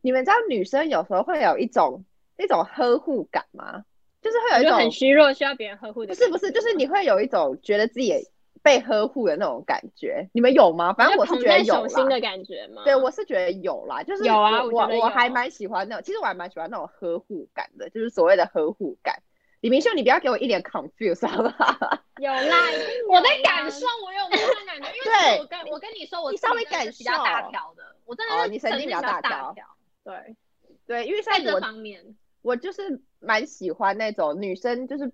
S2: 你们知道女生有时候会有一种一种呵护感吗？就是会有
S3: 就
S2: 一
S3: 很
S2: 种
S3: 虚弱，需要别人呵护的
S2: 不
S3: 感觉
S2: 是
S3: 吗。
S2: 不是，就是你会有一种觉得自己被呵护的那种感觉，你们有吗？反正我是
S3: 捧
S2: 觉得
S3: 在
S2: 有
S3: 手心
S2: 啦。
S3: 的感觉吗？
S2: 对，我是觉得有啦，就是
S3: 有啊
S2: 我
S3: 我觉得
S2: 我
S3: 有
S2: 还蛮喜欢那种，其实我还蛮喜欢那种呵护感的，就是所谓的呵护感。李明秀，你不要给我一脸 confuse 好不好？
S3: 有 啦，一定有
S1: 我在
S3: 啦
S1: 感受，我有那 种感觉，因为
S2: 对
S1: 其实我跟我跟你说，我
S2: 你
S1: 自己
S2: 稍微
S1: 真的是
S2: 感
S1: 比较大
S2: 受
S1: 条的，我真
S2: 哦
S1: 的是
S2: 你神经
S1: 比
S2: 比较
S1: 大
S2: 大条
S1: 条，对，
S2: 对，因为像
S3: 哎
S1: 在这
S2: 我
S1: 方面，
S2: 我就是蛮喜欢那种女生，就是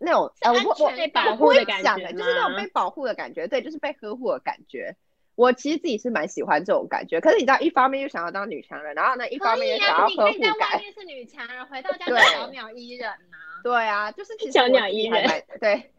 S2: 那种
S1: 是
S2: 呃，
S1: 安
S2: 我我
S1: 全
S3: 被
S1: 感
S2: 我
S3: 保
S2: 不
S3: 护
S2: 会
S3: 的感
S2: 讲
S3: 觉
S2: 的，就是那种
S3: 吗
S2: 被保护的感觉，对，就是被呵护的感觉。我其实自己是蛮喜欢这种感觉，可是你知道，一方面又想要当女强人，然后呢，一方
S1: 可
S2: 面
S1: 以
S2: 又想要
S1: 啊，你可
S2: 呵
S1: 以
S2: 护
S1: 在外
S2: 感。
S1: 面是女强人，回到家是
S2: 对
S1: 小鸟依人呐。
S2: 对啊，就是其实
S3: 小
S2: 我
S3: 鸟
S2: 自己
S3: 依
S2: 还
S3: 人
S2: 蛮对，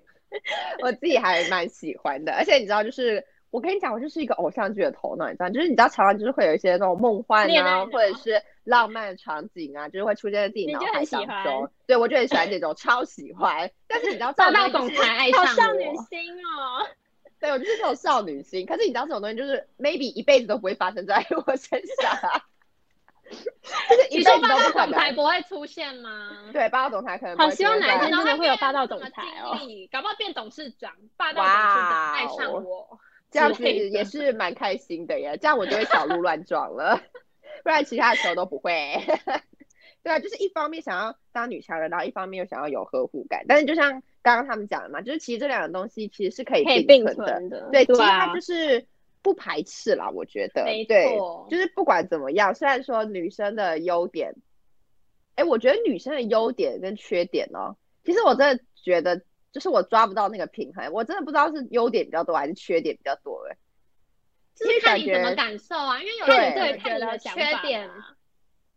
S2: 我自己还蛮喜欢的。而且你知道，就是我跟你讲，我就是一个偶像剧的头脑，你知道，就是你知道台湾就是会有一些那种梦幻
S3: 恋爱
S2: 啊，
S3: 脑
S2: 或者是浪漫的场景啊，就是会出现在自己
S3: 你
S2: 脑
S3: 就
S2: 海
S3: 很喜
S2: 当
S3: 欢
S2: 中。对，我就很喜欢这种，超喜欢。但是你知道，
S1: 霸
S2: 这种
S1: 道
S2: 东
S1: 总
S2: 西
S1: 裁爱
S3: 好
S1: 上
S3: 少女
S1: 我，
S3: 心哦，
S2: 对我就是这种少女心。可是你知道，这种东西就是 maybe 一辈子都不会发生在我身上啊， 就是一
S1: 你
S2: 辈
S1: 说
S2: 子
S1: 霸
S2: 都
S1: 道
S2: 不可
S1: 总裁
S2: 能。
S1: 不会出现吗？
S2: 对，霸道总裁可能不
S3: 好
S2: 会
S3: 希望
S2: 出现
S3: 哪一
S2: 在
S3: 天真的会有霸道总裁
S1: 然后
S3: 哦
S1: 他变成什么经理，搞不好变董事长，霸道董事长爱上我，
S2: 这样
S3: 之
S2: 子
S3: 类的
S2: 也是蛮开心的耶，这样我就会小鹿乱撞了， 不然其他的时候都不会。 对啊，就是一方面想要当女强人，然后一方面又想要有呵护感，但是就像刚刚他们讲的嘛，就是其实这两个东西其实是可以
S3: 可以
S2: 并
S3: 并
S2: 存的。
S3: 存的，
S2: 对，其实
S3: 啊
S2: 它，就是不排斥啦，我觉得
S1: 没，
S2: 呃对，
S1: 错
S2: 就是不管怎么样，虽然说女生的优点，哎，我觉得女生的优点跟缺点哦，其实我真的觉得，就是我抓不到那个平衡，我真的不知道是优点比较多还是缺点比较多，哎，
S1: 就是看你
S2: 其实
S1: 怎
S2: 感
S1: 么
S2: 觉
S1: 感受啊，因为有些
S2: 对
S1: 人对看你
S3: 看你的
S1: 的
S3: 想
S1: 缺
S3: 法
S1: 点，
S3: 啊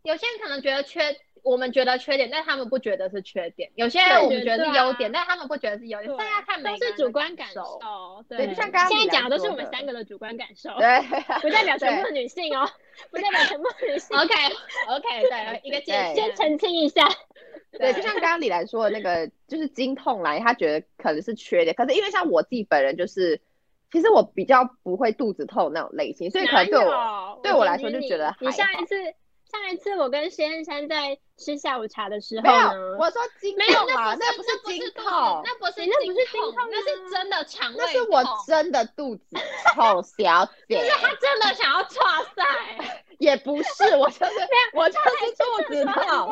S1: 有些人可能觉得缺，我们觉得缺点，但他们不觉得是缺点；有些
S2: 对
S1: 人我们觉得
S3: 对
S1: 是
S3: 啊
S1: 优点，但他们不觉得是优点。大家看每个
S3: 都是
S1: 人
S3: 主
S1: 的
S3: 观感
S1: 感
S3: 受，，对，
S2: 对就像刚刚
S3: 现
S2: 米
S3: 在
S2: 兰
S3: 讲的都是
S2: 说
S3: 我们
S2: 的
S3: 三个的主观感
S1: 哦
S3: 受，
S2: 对，
S3: 不代表全部的女性哦，不代表全部的女 性，
S1: OK OK，对，一个界限
S2: 对
S3: 先。澄清一下，
S2: 对，就像刚刚李兰说的那个，就是经痛来，她觉得可能是缺点，可是因为像我自己本人就是，其实我比较不会肚子痛那种类型，所以可能对我。
S3: 哪有
S2: 对我
S3: 我
S2: 来
S3: 感
S2: 说就
S3: 你
S2: 觉得
S3: 你
S2: 还
S3: 上
S2: 好
S3: 一次上一次我跟先生在吃下午茶的时候
S2: 没有
S3: 呢，，
S2: 我说经
S1: 没有，
S2: 痛啊，
S1: 那
S2: 不
S1: 不
S2: 是
S1: 不是
S2: 经
S1: 肚子
S2: 痛，
S1: 那不是
S3: 你那不是经
S1: 痛
S3: 痛啊
S1: 那是真的肠胃痛，
S2: 那是我真的肚子痛，小 姐
S1: 就是他真的 想要岔 赛。
S2: 也不是，我就是我就是肚子痛。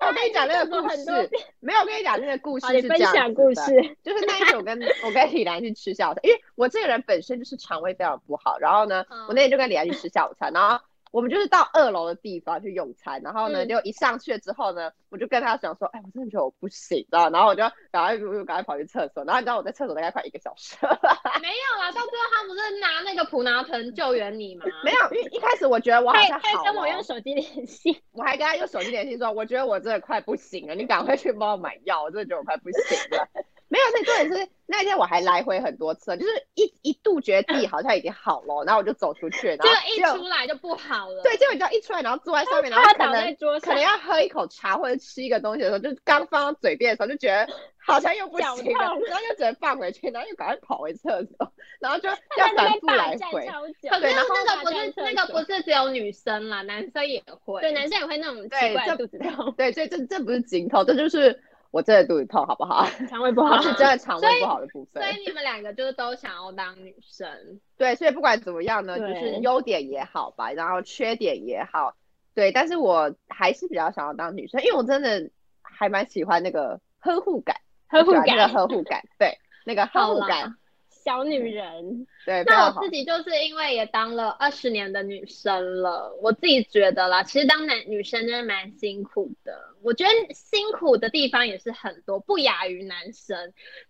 S2: 我跟你讲那个故
S3: 很多
S2: 事，没有我跟你讲那个故事
S3: 好，你
S2: 是这
S3: 分
S2: 样
S3: 享
S2: 子
S3: 故
S2: 的
S3: 事，
S2: 就是那一次我跟 我跟李兰去吃下午茶，因为我这个人本身就是肠胃非常不好，然后呢，
S1: 嗯
S2: 我那天就跟李兰去吃下午茶，然后我们就是到二楼的地方去用餐，然后呢，
S1: 嗯
S2: 就一上去之后呢，我就跟他讲说，哎，我真的觉得我不行，然后然后我就赶快我就赶快跑去厕所，然后你知道我在厕所大概快一个小时了，
S1: 没有啦，到最后他不是拿那个普拿疼救援你 吗？
S2: 没有，因为一开始我觉得我好
S3: 他也
S2: 像
S3: 他
S2: 好哦
S3: 也跟我
S2: 了
S3: 用手机联系，
S2: 我还跟他用手机联系说，我觉得我真的快不行了，你赶快去帮我买药，我真的觉得我快不行了。 没有，那重点是那一天我还来回很多次，就是一一度觉得自己好像已经好了，然后我就走出去，然后
S1: 这个一
S2: 就
S1: 出来就不好了。
S2: 对，结果你知道一出来，然后坐在上 面，然后
S3: 他
S2: 可
S3: 倒在
S2: 能
S3: 桌
S2: 可
S3: 上
S2: 能，要喝一口茶或者吃一个东西的时候，就是刚放到嘴边的时候，就觉得好像又不
S3: 脚
S2: 行了，
S3: 痛
S2: 然后就只能放回去，然后又赶快跑回厕所，然后就要
S3: 他在
S2: 反
S3: 那边
S2: 复
S3: 霸
S2: 来
S3: 占
S2: 回。
S3: 超久，
S1: 可是
S2: 对然后
S1: 那个不
S3: 霸占
S1: 是
S3: 厕
S1: 那个
S3: 所
S1: 不是只有女生啦，男生也会。
S3: 对，男生也会那种奇
S2: 对
S3: 怪的肚
S2: 这
S3: 子痛，
S2: 对，所以这这不是经痛，这就是我真的肚子痛，好不好？
S3: 肠 胃不好
S2: 我，是 真的肠
S1: 所
S2: 胃
S1: 以
S2: 不好的部分
S1: 所。以你们两个就是都想要当女生，
S2: 对，所以不管怎么样呢，就
S3: 对
S2: 是优点也好吧，然后缺点也好，对，但是我还是比较想要当女生，因为我真的还蛮喜欢那个呵护感，
S3: 呵护
S2: 我喜欢那
S3: 感
S2: 个，呵护感，对，那个呵
S1: 好
S2: 护
S1: 啦
S2: 感，
S3: 小女人，
S2: 对，非
S1: 那
S2: 常好
S1: 我自。己就是因为也当了二十年的女生了，我自己觉得啦，其实当男女生真的蛮辛苦的。我觉得辛苦的地方也是很多，不亚于男生。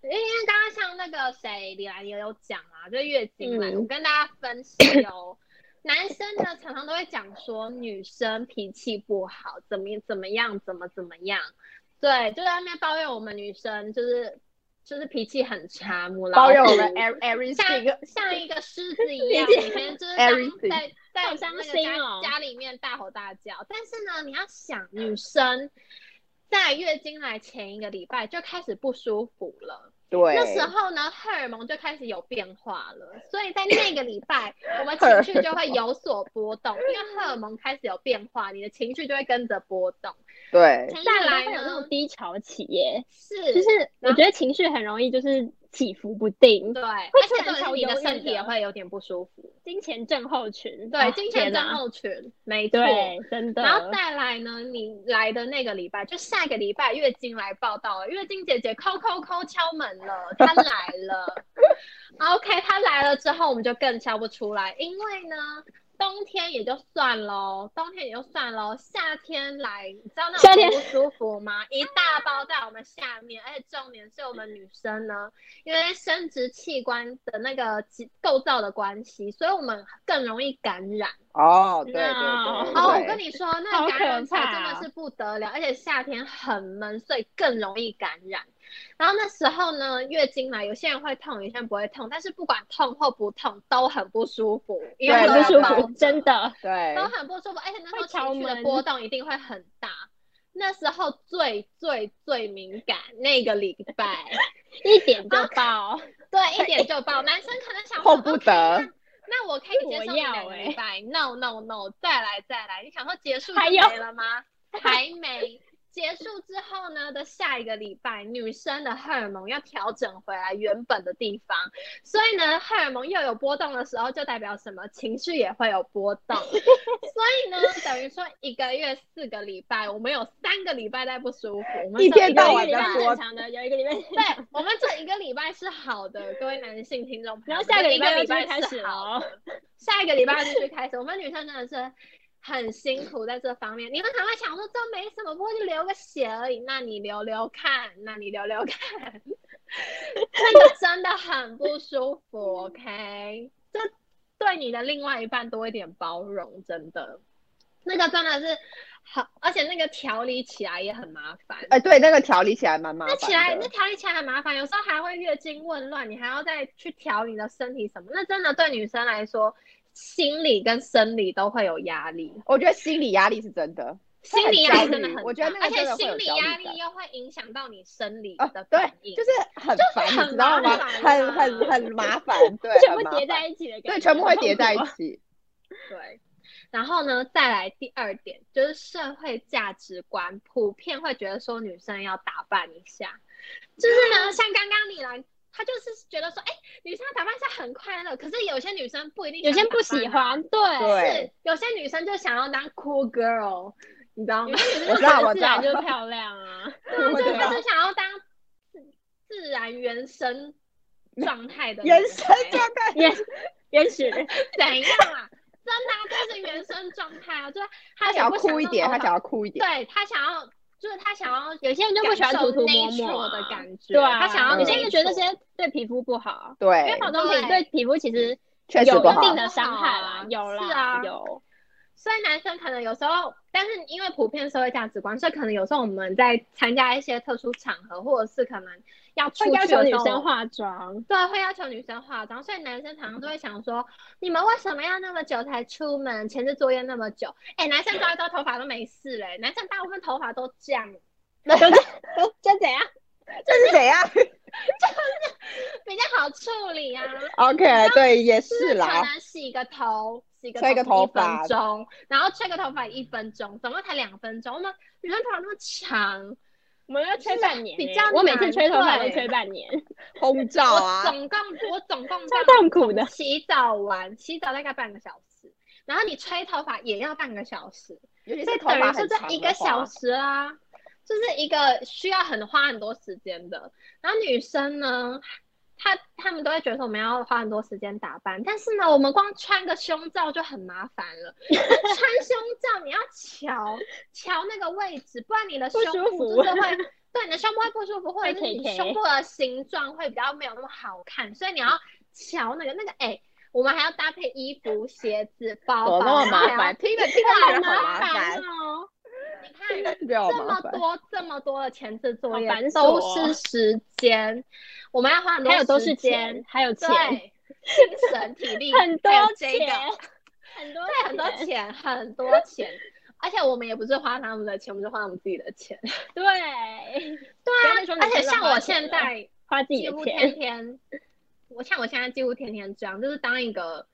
S1: 因为刚刚像那个谁李兰也有讲啊，就月经来，
S3: 嗯
S1: 我跟大家分析哦。男生呢，常常都会讲说女生脾气不好，怎么怎么样，怎么怎么样，对，就在那边抱怨我们女生就是就是脾气很差，母老
S2: 包
S1: 虎
S2: 容我们 e
S1: 像
S2: everything，
S1: 像一个狮子一 样，
S3: 理
S1: 每
S3: 解
S1: 天就是当
S2: Everything
S1: 在
S3: 好
S1: 在
S3: 伤
S1: 那个
S3: 心
S1: 家、
S3: 哦
S1: 家里面大吼大叫。但是呢，你要想女生在月经来前一个礼拜就开始不舒服了，
S2: 对，
S1: 那时候呢，荷尔蒙就开始有变化了，所以在那个礼拜，我 们
S2: 荷尔
S1: 情绪就会有所波动，因为荷尔蒙开始有变化，你的情绪就会跟着波动。
S2: 对，
S3: 再
S1: 再来
S3: 来有那
S1: 呢
S3: 种，低潮期耶，
S1: 是
S3: 就是我觉得情绪很容易就是起伏不定，
S1: 对，而且
S3: 突然
S1: 重点是你的
S3: 超忧郁
S1: 身体也
S3: 的
S1: 会有点不舒服。
S3: 金钱症候群，
S1: 对，
S3: 哦
S1: 金钱
S3: 天
S1: 症
S3: 哪
S1: 候群，没错。
S3: 对，真的，
S1: 然后再来呢，你来的那个礼拜，就下个礼拜月经来报道了，月经姐姐扣扣扣敲门了，她来了。OK，她来了之后，我们就更敲不出来，因为呢，冬天也就算喽，冬天也就算喽，夏天来，你知道那
S3: 夏天
S1: 种不舒服吗？一大包在我们下面，而且重点是我们女生呢，因为生殖器官的那个结构造的关系，所以我们更容易感染。
S2: 哦，对对
S3: 那
S2: 对，
S1: 哦，我
S2: 对
S1: 跟你说，那
S3: 好
S1: 感染
S3: 可
S1: 才
S3: 怕
S1: 真的
S3: 哦
S1: 是不得了，而且夏天很闷，所以更容易感染。然后那时候呢，月经来，有些人会痛，有些人不会痛，但是不管痛或不痛，都很不舒服，因为
S2: 对
S3: 很不舒
S1: 都要
S3: 服
S1: 包，
S3: 真的。
S2: 对
S1: 都，很不舒服，而且那时候
S3: 会敲
S1: 情绪的
S3: 门
S1: 波动一定会很大。那时候最最最敏感，那个礼 拜，
S3: 一点就爆，
S1: 对，一点就爆。男生可能想说
S2: 碰不得
S1: OK，那那我可以接受你
S3: 我
S1: 两
S3: 要
S1: 个
S3: 欸
S1: 礼拜、n o No No，再来再来。你想说结束就
S3: 还有
S1: 没了 吗？还没。结束之后呢的下一个礼拜，女生的荷尔蒙要调整回来原本的地方，所以呢，荷尔蒙又有波动的时候，就代表什么？情绪也会有波 动。所以呢，等于说一个月四个礼拜，我们有三个礼拜在不舒服，我们
S2: 一
S1: 只有
S2: 天
S1: 个
S2: 到
S1: 礼拜
S3: 有一个礼
S2: 晚
S3: 拜是
S2: 在说
S3: 正常的，有一个礼拜是
S1: 对，我们这一个礼拜是好的，各位男性听众朋友们。
S3: 然后下
S1: 这
S3: 礼拜
S1: 一个
S3: 又
S1: 礼拜
S3: 开始
S1: 是好，
S3: 了，
S1: 下一个礼拜就去开始。我们女生真的是很辛苦在这方面。你们可能会想说，这没什么，不过就流个血而已。那你流流看，那你流流看，那个真的很不舒服。OK，这对你的另外一半多一点包容，真的，那个真的是很，而且那个调理起来也很麻烦。
S2: 哎、对，那个调理起来蛮麻
S1: 那
S2: 烦
S1: 起来，那
S2: 的。
S1: 调理起来很麻烦，有时候还会月经紊乱，你还要再去调你的身体什么，那真的对女生来说，心理跟生理都会有压力，
S2: 我觉得心理压力是真的，会
S1: 心
S2: 很
S1: 理压
S2: 焦
S1: 力真的
S2: 虑
S1: 很大，
S2: 我觉得那个
S1: 而且
S2: 真的会有
S1: 心理
S2: 焦虑
S1: 压
S2: 感
S1: 力又会影响到你生理
S2: 啊
S1: 的
S2: 对
S1: 反，应，
S2: 就是很烦，
S1: 很
S2: 你知道吗？
S1: 麻烦
S2: 很
S1: 啊
S2: 很很麻烦， 对，
S3: 全
S2: 很
S3: 部
S2: 麻
S3: 叠
S2: 烦
S3: 在一起的感觉，
S2: 对，全部会叠在一
S3: 好痛苦哦。
S2: 起。
S1: 对。然后呢，再来第二点，就是社会价值观普遍会觉得说女生要打扮一下，就是
S2: 嗯
S1: 呢，像刚刚李兰，她就是觉得说，哎，女生要打扮一下很快乐，可是有些女生不一定
S3: 有
S1: 想
S3: 些
S1: 打
S3: 不喜
S1: 扮啊
S3: 欢，对，
S2: 对
S1: 是，有些女生就想要当 cool girl，你知道 吗？
S2: 我知 道，我
S3: 自
S2: 知
S3: 然
S2: 道，
S3: 就漂亮 啊。
S1: 就
S2: 我
S1: 是
S2: 知
S1: 她
S2: 道
S1: 就想要当自自然原生状态的
S2: 原
S1: 女
S2: 生
S1: 孩
S2: 状态。
S3: 原原始，
S1: 怎样啊？真的、啊，就是原生状态啊，就是她
S2: 他
S1: 也
S2: 想
S1: 不
S2: 要酷一点，他
S1: 弄头
S2: 想要酷一
S1: 发对
S2: 点，
S1: 她想要，就是她想要
S3: 有些人就不喜欢涂涂抹
S1: 感
S3: 抹
S1: 受 nature 的
S3: 觉，
S1: 感觉，
S3: 对啊，
S1: 她想要
S3: 有些人就觉得
S1: nature
S3: 这些对皮肤不好，因为
S2: 对，
S3: 化妆品对皮肤其实
S2: 确实
S3: 有
S2: 不
S3: 一
S2: 好。
S3: 定的伤害啦，
S1: 不好
S3: 有
S1: 啊
S3: 啦，
S1: 是啊
S3: 有。
S1: 虽然男生可能有时候，但是因为普遍社会价值观，所以可能有时候我们在参加一些特殊场合，或者是可能要出
S3: 会
S1: 去
S3: 要
S1: 的时
S3: 求
S1: 候
S3: 女生，化 妆，
S1: 对，啊会要求女生化妆，所以男生常常都会想说，你们为什么要那么久才出门，前置作业那么久？哎、男生抓一抓头发都没事嘞、男生大部分头发都这样，
S3: 就就怎样？
S2: 这是啊怎样
S1: 比较好处理啊。
S2: ？OK，对，也
S1: 就是可
S2: 啦，
S1: 能洗个头，洗个
S2: 吹个头发
S1: 一分钟，然后吹个头发一分钟，总共才两分钟。我们女生头发那么长，
S3: 我们要吹半年欸，
S1: 比较
S3: 我每次
S1: 难
S3: 吹头发都
S1: 对
S3: 吹半 年，
S2: 轰炸
S1: 我
S2: 啊！
S1: 总共我总共
S3: 超
S1: 这样
S3: 痛苦的。
S1: 洗澡完，洗澡大概半个小时，然后你吹头发也要半个小时，
S2: 尤其
S1: 所
S2: 是
S1: 以
S2: 头
S1: 等
S2: 发
S1: 于说
S2: 很长
S1: 这
S2: 的
S1: 一个小
S2: 话
S1: 时啊，就是一个需要很花很多时间的。然后女生呢，她她们都会觉得说我们要花很多时间打扮，但是呢，我们光穿个胸罩就很麻烦了。穿胸罩你要瞧瞧那个位置，不然你的
S3: 不
S1: 胸
S3: 舒
S1: 部
S3: 服
S1: 就是 会。对，你的胸部会不舒服，或者
S3: 会
S1: 是你
S3: K K
S1: 胸部的形状会比较没有那么好看，所以你要瞧那个那个哎、我们还要搭配衣服、鞋子、包
S2: 怎
S1: 包，
S2: 么那么
S1: 然后还
S2: 麻
S1: 要
S2: 烦？听着听着觉
S1: 好
S2: 得好麻烦，
S1: 哦！你 看
S2: 听着觉得好
S1: 这
S2: 麻
S1: 么
S2: 烦。
S1: 多这么多的前置作业
S3: 好繁琐
S1: 都
S3: 哦
S1: 是时间，我们要花很多
S3: 还有都
S1: 时
S3: 是
S1: 间
S3: 钱，，还有钱，
S1: 对，精神体 力
S3: 很多
S1: 还有这个
S3: 钱，很多
S1: 对，很多
S3: 钱，
S1: 钱，很多钱。而且我们也不是花他们的钱，我们是花我们自己的钱。
S3: 对，不要再
S1: 对
S3: 说
S1: 啊，
S3: 你
S1: 而且
S3: 真的
S1: 像
S3: 花
S1: 我
S3: 钱
S1: 现
S3: 了
S1: 在
S3: 花自己
S1: 几
S3: 的
S1: 乎天
S3: 钱，
S1: 天，我像我现在几乎天天这样，就是当一个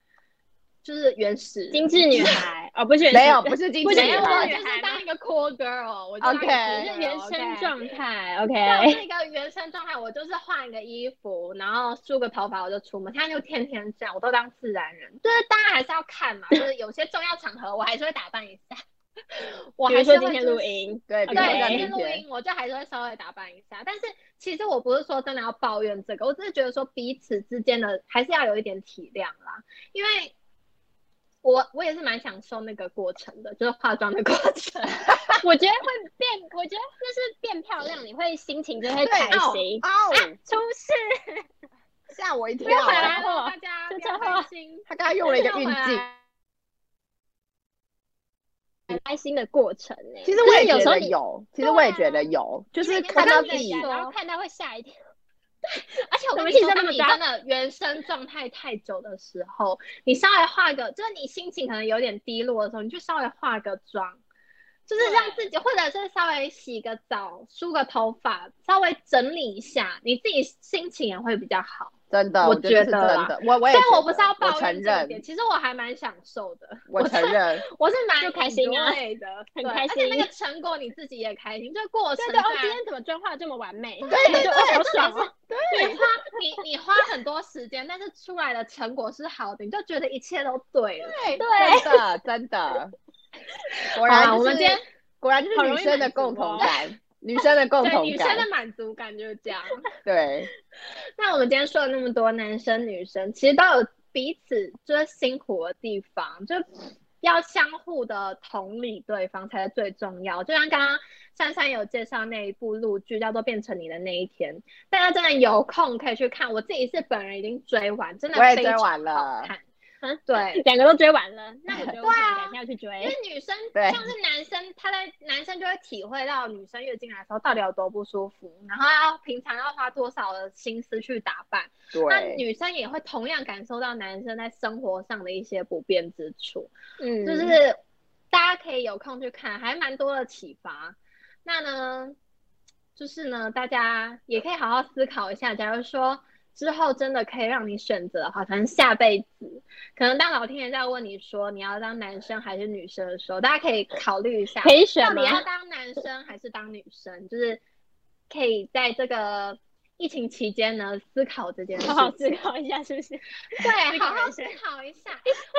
S1: 就是原始
S3: 精致女孩哦，不是原始
S2: 没有，不是经
S3: 不
S2: 济
S3: 是
S1: 没有，
S3: 原
S1: 我
S3: 生
S1: 就
S3: 女孩
S1: 是
S3: 吗
S1: 当一个 cool girl，我就当一个
S2: OK
S1: cool
S3: 是
S1: girl，
S3: 原生
S1: OK
S3: 状态
S1: 对，我
S3: ，OK，
S1: 是一个原生状态，我就是换一个衣服，然后梳个头发我就出门。现在就天天这样，我都当自然人。就是当然还是要看嘛，就是有些重要场合我还是会打扮一下。我
S3: 比如
S1: 还是
S3: 说
S1: 会
S3: 今天
S1: 就是
S3: 录音，
S2: 对，比
S1: 对，
S2: 如说
S3: ，OK
S2: 像
S1: 今
S2: 今
S1: 天录
S2: 天
S1: 音我就还是会稍微打扮一下。但是其实我不是说真的要抱怨这个，我只是觉得说彼此之间的还是要有一点体谅啦，因为。我我也是蛮享受那个过程的，就是化妆的过程。
S3: 我觉得会变，我觉得就是变漂亮，你会心情就会
S2: 对
S3: 开心。
S2: 哦，
S3: 出事，
S2: 吓我一跳
S1: 啊不要！回来
S3: 来
S1: 了，
S3: 了
S1: 大家
S3: 就
S1: 不要
S3: 这样
S1: 担心。
S2: 他刚刚用了一个运镜，
S3: 开心的过程呢、
S2: 其实我也
S3: 就是有
S2: 觉
S3: 时候
S2: 得
S3: 你
S2: 有，其实
S3: 对
S2: 我也
S3: 啊
S2: 觉得有，就
S3: 因为
S2: 是
S3: 你
S2: 看
S3: 看
S2: 到
S3: 到
S2: 自
S3: 自
S2: 己哦
S3: 己，然后看到会吓一跳。
S1: 而且我跟
S3: 怎么
S1: 你
S3: 气
S1: 说，
S3: 氛那
S1: 当
S3: 么
S1: 你
S3: 糟
S1: 真的原生状态太久的时候，你稍微化个，就是你心情可能有点低落的时候，你就稍微化个妆，就是让自己，或者是稍微洗个澡、梳个头发，稍微整理一下，你自己心情也会比较好。
S2: 真的，
S1: 我
S2: 觉得
S1: 觉
S2: 是
S1: 得
S2: 真
S1: 啦
S2: 的，我我也
S1: 虽然
S2: 觉
S1: 我不是
S2: 得
S1: 要
S2: 我
S1: 抱
S2: 承
S1: 怨这一
S2: 认
S1: 点，，其实我还蛮享受的，
S2: 我承认，
S1: 我是蛮
S3: 就开心啊
S1: enjoy 的，
S3: 很
S1: 对
S3: 开
S1: 而且那
S3: 心
S1: 个成果你自己也开心，这过程
S3: 对对哦，
S1: 虽
S3: 今
S1: 然
S3: 天怎么妆化得这么完美？对
S2: 对
S3: 就
S2: 对
S3: 哦好
S1: 重点
S3: 爽
S1: 是
S3: 哦！
S1: 你花 你你花很多时间，但是出来的成果是好的，你就觉得一切都对了。
S2: 对
S3: 对
S2: 真的真的，果
S1: 好
S2: 然
S1: 啦，
S2: 就是
S1: 我们今天
S2: 果然就是
S3: 好
S2: 女
S3: 容易
S2: 生的
S3: 满足
S2: 共同
S3: 哦
S2: 感，女生的共
S1: 对
S2: 同
S1: 女生
S2: 感
S1: 的，满足感就是这样。
S2: 对，
S1: 那我们今天说了那么多男生女生，其实都有彼此就是辛苦的地方，就要相互的同理对方才是最重要。就像刚刚珊珊有介绍那一部陆剧叫做《变成你的那一天》，大家真的有空可以去看。我自己是本人已经追完，真的
S2: 我也
S1: 非
S2: 追
S1: 常
S2: 完
S1: 好
S2: 了，
S1: 看。
S3: 嗯
S1: 对，
S3: 两个都追完了，那我觉得我可
S1: 对
S3: 能
S1: 啊
S3: 改天要去追
S1: 因。为女生
S2: 对
S1: 像是男生，他在男生就会体会到女生月经来的时候到底有多不舒服，然后要平常要花多少的心思去打扮。那
S2: 对，
S1: 女生也会同样感受到男生在生活上的一些不便之处，
S3: 嗯，
S1: 就是大家可以有空去看，还蛮多的启发。那呢，就是呢，大家也可以好好思考一下，假如说。之后真的可以让你选择的话，可能下辈子，可能当老天爷在问你说你要当男生还是女生的时候，大家可以考虑一下，
S3: 可以选
S1: 啊到底要
S3: 吗？
S1: 当男生还是当女生，就是可以在这个疫情期间呢思考这件事
S3: 好
S1: 情，
S3: 好思考一下，是不是？
S1: 对，
S3: 思考
S1: 好好
S3: 人
S1: 思
S3: 生
S1: 考一下。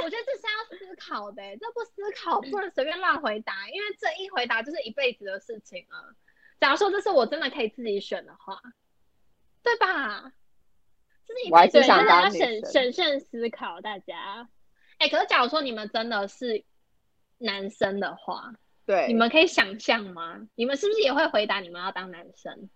S1: 我觉得这是要思考的、欸这不思考不能随便乱回答，因为这一回答就是一辈子的事情了。假如说这是我真的可以自己选的话，对吧？这是一
S2: 我还
S1: 辈子
S2: 是
S1: 的
S3: 对，
S2: 想
S3: 真的
S2: 当
S3: 要
S2: 女
S3: 审
S2: 生
S3: 审慎思考，大家。
S1: 哎、可是假如说你们真的是男生的话，
S2: 对，
S1: 你们可以想象吗？你们是不是也会回答你们要当男生？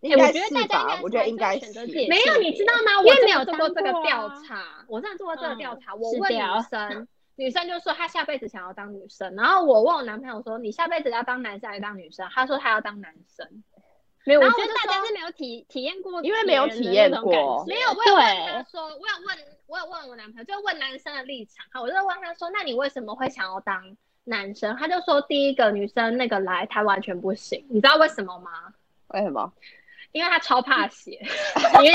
S2: 应
S3: 哎
S2: 该
S3: 我觉得
S2: 是
S3: 大家应
S2: 吧
S3: 该？
S2: 我觉得
S3: 还
S2: 应
S3: 是
S2: 该
S3: 会选择自己
S2: 是
S3: 的，
S1: 没有，
S3: 性
S1: 你
S3: 别
S1: 知道吗？
S3: 因为
S1: 我真
S3: 没
S1: 的
S3: 有
S1: 做
S3: 当
S1: 过这个
S3: 过
S1: 调
S3: 啊
S1: 查，我真的做过这个
S3: 嗯
S1: 调查。我
S3: 是
S1: 问女
S3: 调
S1: 生，女生就说她下辈子想要当女生，然后我问我男朋友说你下辈子要当男生还是当女生，他说他要当男生。
S3: 没有，我
S1: 然后
S3: 觉得
S1: 我就
S3: 大家
S1: 说
S3: 是没有体体验过别
S2: 因为
S3: 人
S2: 没
S3: 的
S2: 有
S3: 那种感觉，
S2: 体验过
S1: 没有，我有问他
S3: 哦对，
S1: 说，我有问，我有问我男朋友，就问男生的立场。我就问他说，那你为什么会想要当男生？他就说第一个女生那个来他完全不行，你知道为什么吗？
S2: 为什么？
S1: 因为他超怕 血。
S3: 因 为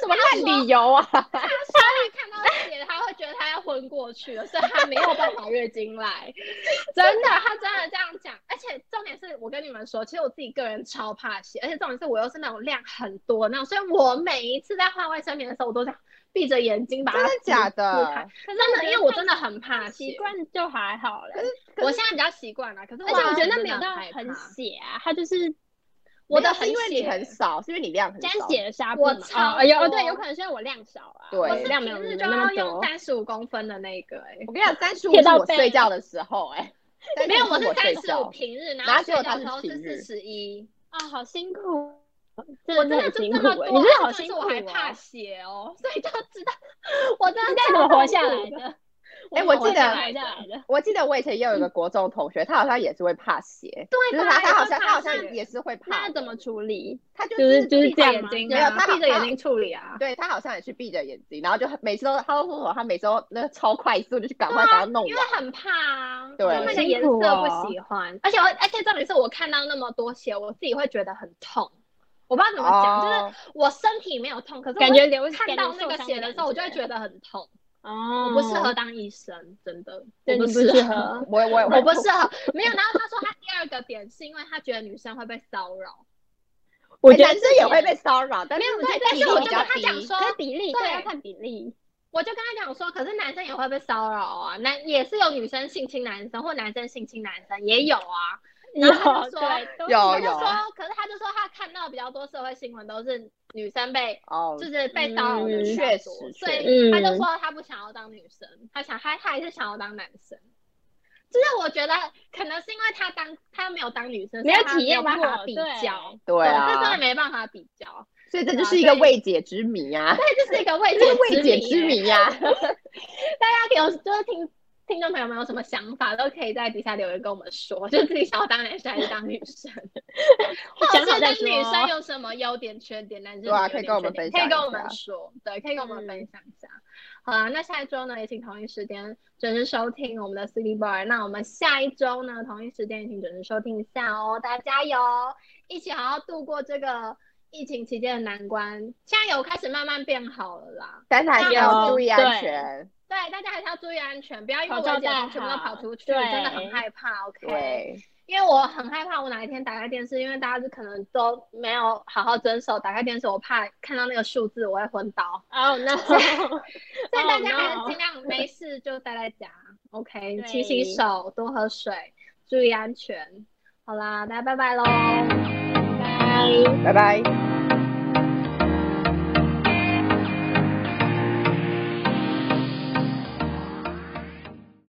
S1: 什么
S2: 看理由啊，
S1: 他看到血，他会觉得他要昏过去了，所以他没有办法月经来。 真的，他真的这样讲。而且重点是我跟你们说，其实我自己个人超怕血，而且重点是我又是那种量很多的那种，所以我每一次在换卫生棉的时候，我都想闭着眼睛把它
S2: 真的假
S1: 撕开
S2: 的？
S3: 可是
S1: 真的，因为我真
S3: 的
S1: 的很怕
S3: 习
S1: 血，
S3: 惯就还好了，
S1: 我现在比较习惯了。可是
S3: 而且我觉得
S1: 那
S3: 那没有到
S1: 很
S3: 很
S1: 血，
S3: 血啊，它就是
S1: 我的
S2: 没有是
S1: 很
S2: 因为你
S1: 血
S2: 很少，是因为你量很
S3: 沾
S2: 少。
S3: 血的纱布
S1: 我
S3: 嘛
S1: 超
S3: 哦哎呦，哦
S1: 多
S3: 对，有可能是因为我量少啊，
S2: 对
S1: 我是
S3: 我量没有
S1: 平
S3: 你
S1: 日
S3: 们
S1: 就
S3: 那
S1: 要
S3: 么
S1: 用
S3: 多。
S1: 三十五公分的那个、欸，
S2: 我跟你讲，三十五
S3: 贴
S2: 是
S3: 到
S2: 我
S3: 背
S2: 睡觉的时候， 哎，35
S1: 没有，我
S2: 是
S1: 是
S2: 我
S1: 三
S2: 睡
S1: 十五
S2: 觉，
S1: 平日，然
S2: 哪
S1: 后睡
S2: 有
S1: 觉
S2: 他
S1: 的
S2: 是
S1: 时候是
S2: 平日
S1: 四十一。
S3: 啊，好辛苦，
S1: 我真
S3: 真的
S1: 的
S3: 很
S1: 就
S3: 辛
S1: 这
S3: 苦
S1: 么
S3: 欸，
S1: 多，
S3: 你真的好
S1: 而且
S3: 辛
S1: 是
S3: 苦
S1: 我还怕
S3: 哦，
S1: 血哦，所以就知道我真的
S3: 你该怎么活下来
S1: 超痛苦？
S3: 的？
S2: 哎
S3: 怎
S2: 我
S3: 么活
S2: 记得
S3: 下来的，
S2: 我记得我以前也有一个国中同学，他好像也是会怕血，
S1: 对
S2: 就是
S1: 吧
S2: 他他好
S1: 也会
S2: 像
S1: 怕
S2: 他好像
S1: 血
S2: 也是会怕
S3: 那
S2: 的，
S3: 怎么处理？
S2: 他就
S3: 就是
S2: 是
S3: 就是
S2: 闭
S1: 闭
S2: 着
S1: 着
S3: 这样
S1: 眼睛
S3: 吗
S2: 眼没有
S1: 啊，
S2: 他
S1: 闭着眼
S2: 他
S1: 睛处理啊。
S2: 对他好像也是闭着眼睛，然后就很每次都他都说什么，他每次都那个超快速就去赶快把它弄
S1: 啊因为
S2: 完，
S1: 很怕啊，
S2: 对
S1: 就那个颜
S3: 辛苦
S1: 色
S3: 哦
S1: 不喜欢，而且我而且重点是我看到那么多血，我自己会觉得很痛，我不知道怎么讲，就是
S2: 是
S1: 我身体没有痛，可是我
S3: 感觉流
S1: 看到那个血的
S3: 的
S1: 时候，我就会觉得很痛，
S3: 哦，
S1: 我不适合当医生，真的，
S3: 对，
S1: 我
S3: 你不
S1: 不
S3: 适
S1: 适
S3: 合
S1: 合。
S2: 我我
S1: 我不适合，没有。然后他说他第二个点是因为他觉得女生会被骚扰，
S3: 我
S2: 哎
S3: 觉得
S2: 男生也会被骚扰，但
S1: 没
S2: 是
S1: 有，
S2: 对
S1: 对，但
S2: 比
S1: 是
S2: 例
S1: 我
S2: 比
S1: 就
S2: 较
S1: 跟他讲
S2: 低
S1: 说，
S3: 可是比例，对，
S1: 对
S3: 要看比例。
S1: 我就跟他讲说，可是男生也会被骚扰啊，男也是有女生性侵男生或男生性侵男生也有啊，
S3: 有
S1: 然后他就说
S3: 对，都
S2: 有
S1: 他
S3: 是
S1: 就说，可是他就说他看到比较多社会新闻都是女生被
S2: 哦
S1: 就，是被骚扰的
S3: 嗯
S1: 比较
S2: 确
S1: 多
S2: 实
S1: 所以
S3: 确实嗯
S1: 他就说他不想要当女生，他想他他还是想要当男生。就是我觉得可能是因为他当他没有当女生，
S3: 没有
S1: 所以他
S3: 体验
S1: 没有办法
S3: 过
S1: 比
S3: 对
S1: 较，
S2: 对
S1: 这真的
S2: 啊，
S1: 没办法比较，
S2: 所以这
S1: 对
S2: 就
S1: 啊
S2: 是一
S1: 所
S2: 个
S1: 以
S2: 未解之谜啊，
S1: 这就是一个未
S2: 这是
S1: 解
S2: 未解
S1: 之
S2: 之啊
S1: 谜耶。
S2: 谜呀，
S1: 大家有就是听听众朋友们有什么想法，都可以在底下留言跟我们说，就是自己想要当男生还是当女 生，或者
S3: 想好
S1: 是
S3: 再
S1: 当
S3: 说
S1: 女生有什么优点缺点，男生
S2: 啊
S1: 有
S2: 对啊可以
S1: 点
S2: 跟我们
S1: 缺点
S2: 分
S1: 可
S2: 享
S1: 以
S2: 一
S1: 跟我
S2: 下嗯
S1: 们说，对，可以跟我们分享一下。好啦，那下一周呢，也请同一时间准时收听我们的 City Bar。那我们下一周呢，同一时间也请准时收听一下哦，大家加油，一起好好度过这个疫情期间的难关。现在有开始慢慢变好了啦。
S2: 但是还是要注意安
S3: 对
S2: 全。
S1: 对，大家还是要注意安全，不要因为
S3: 口
S1: 我
S3: 罩
S1: 姐
S3: 戴
S1: 全部都跑
S3: 好
S1: 出去，
S3: 对
S1: 真的很害怕。OK，
S2: 对，
S1: 因为我很害怕我哪一天打开电视，因为大家就可能都没有好好遵守，打开电视我怕看到那个数字我会昏倒，
S3: 哦、那
S1: 所以大家
S3: Oh
S1: 还
S3: no
S1: 是尽量没事就待在家。OK，
S3: 对
S1: 勤洗手，多喝水，注意安全。好啦，大家拜拜喽。
S3: 拜。
S2: 拜拜。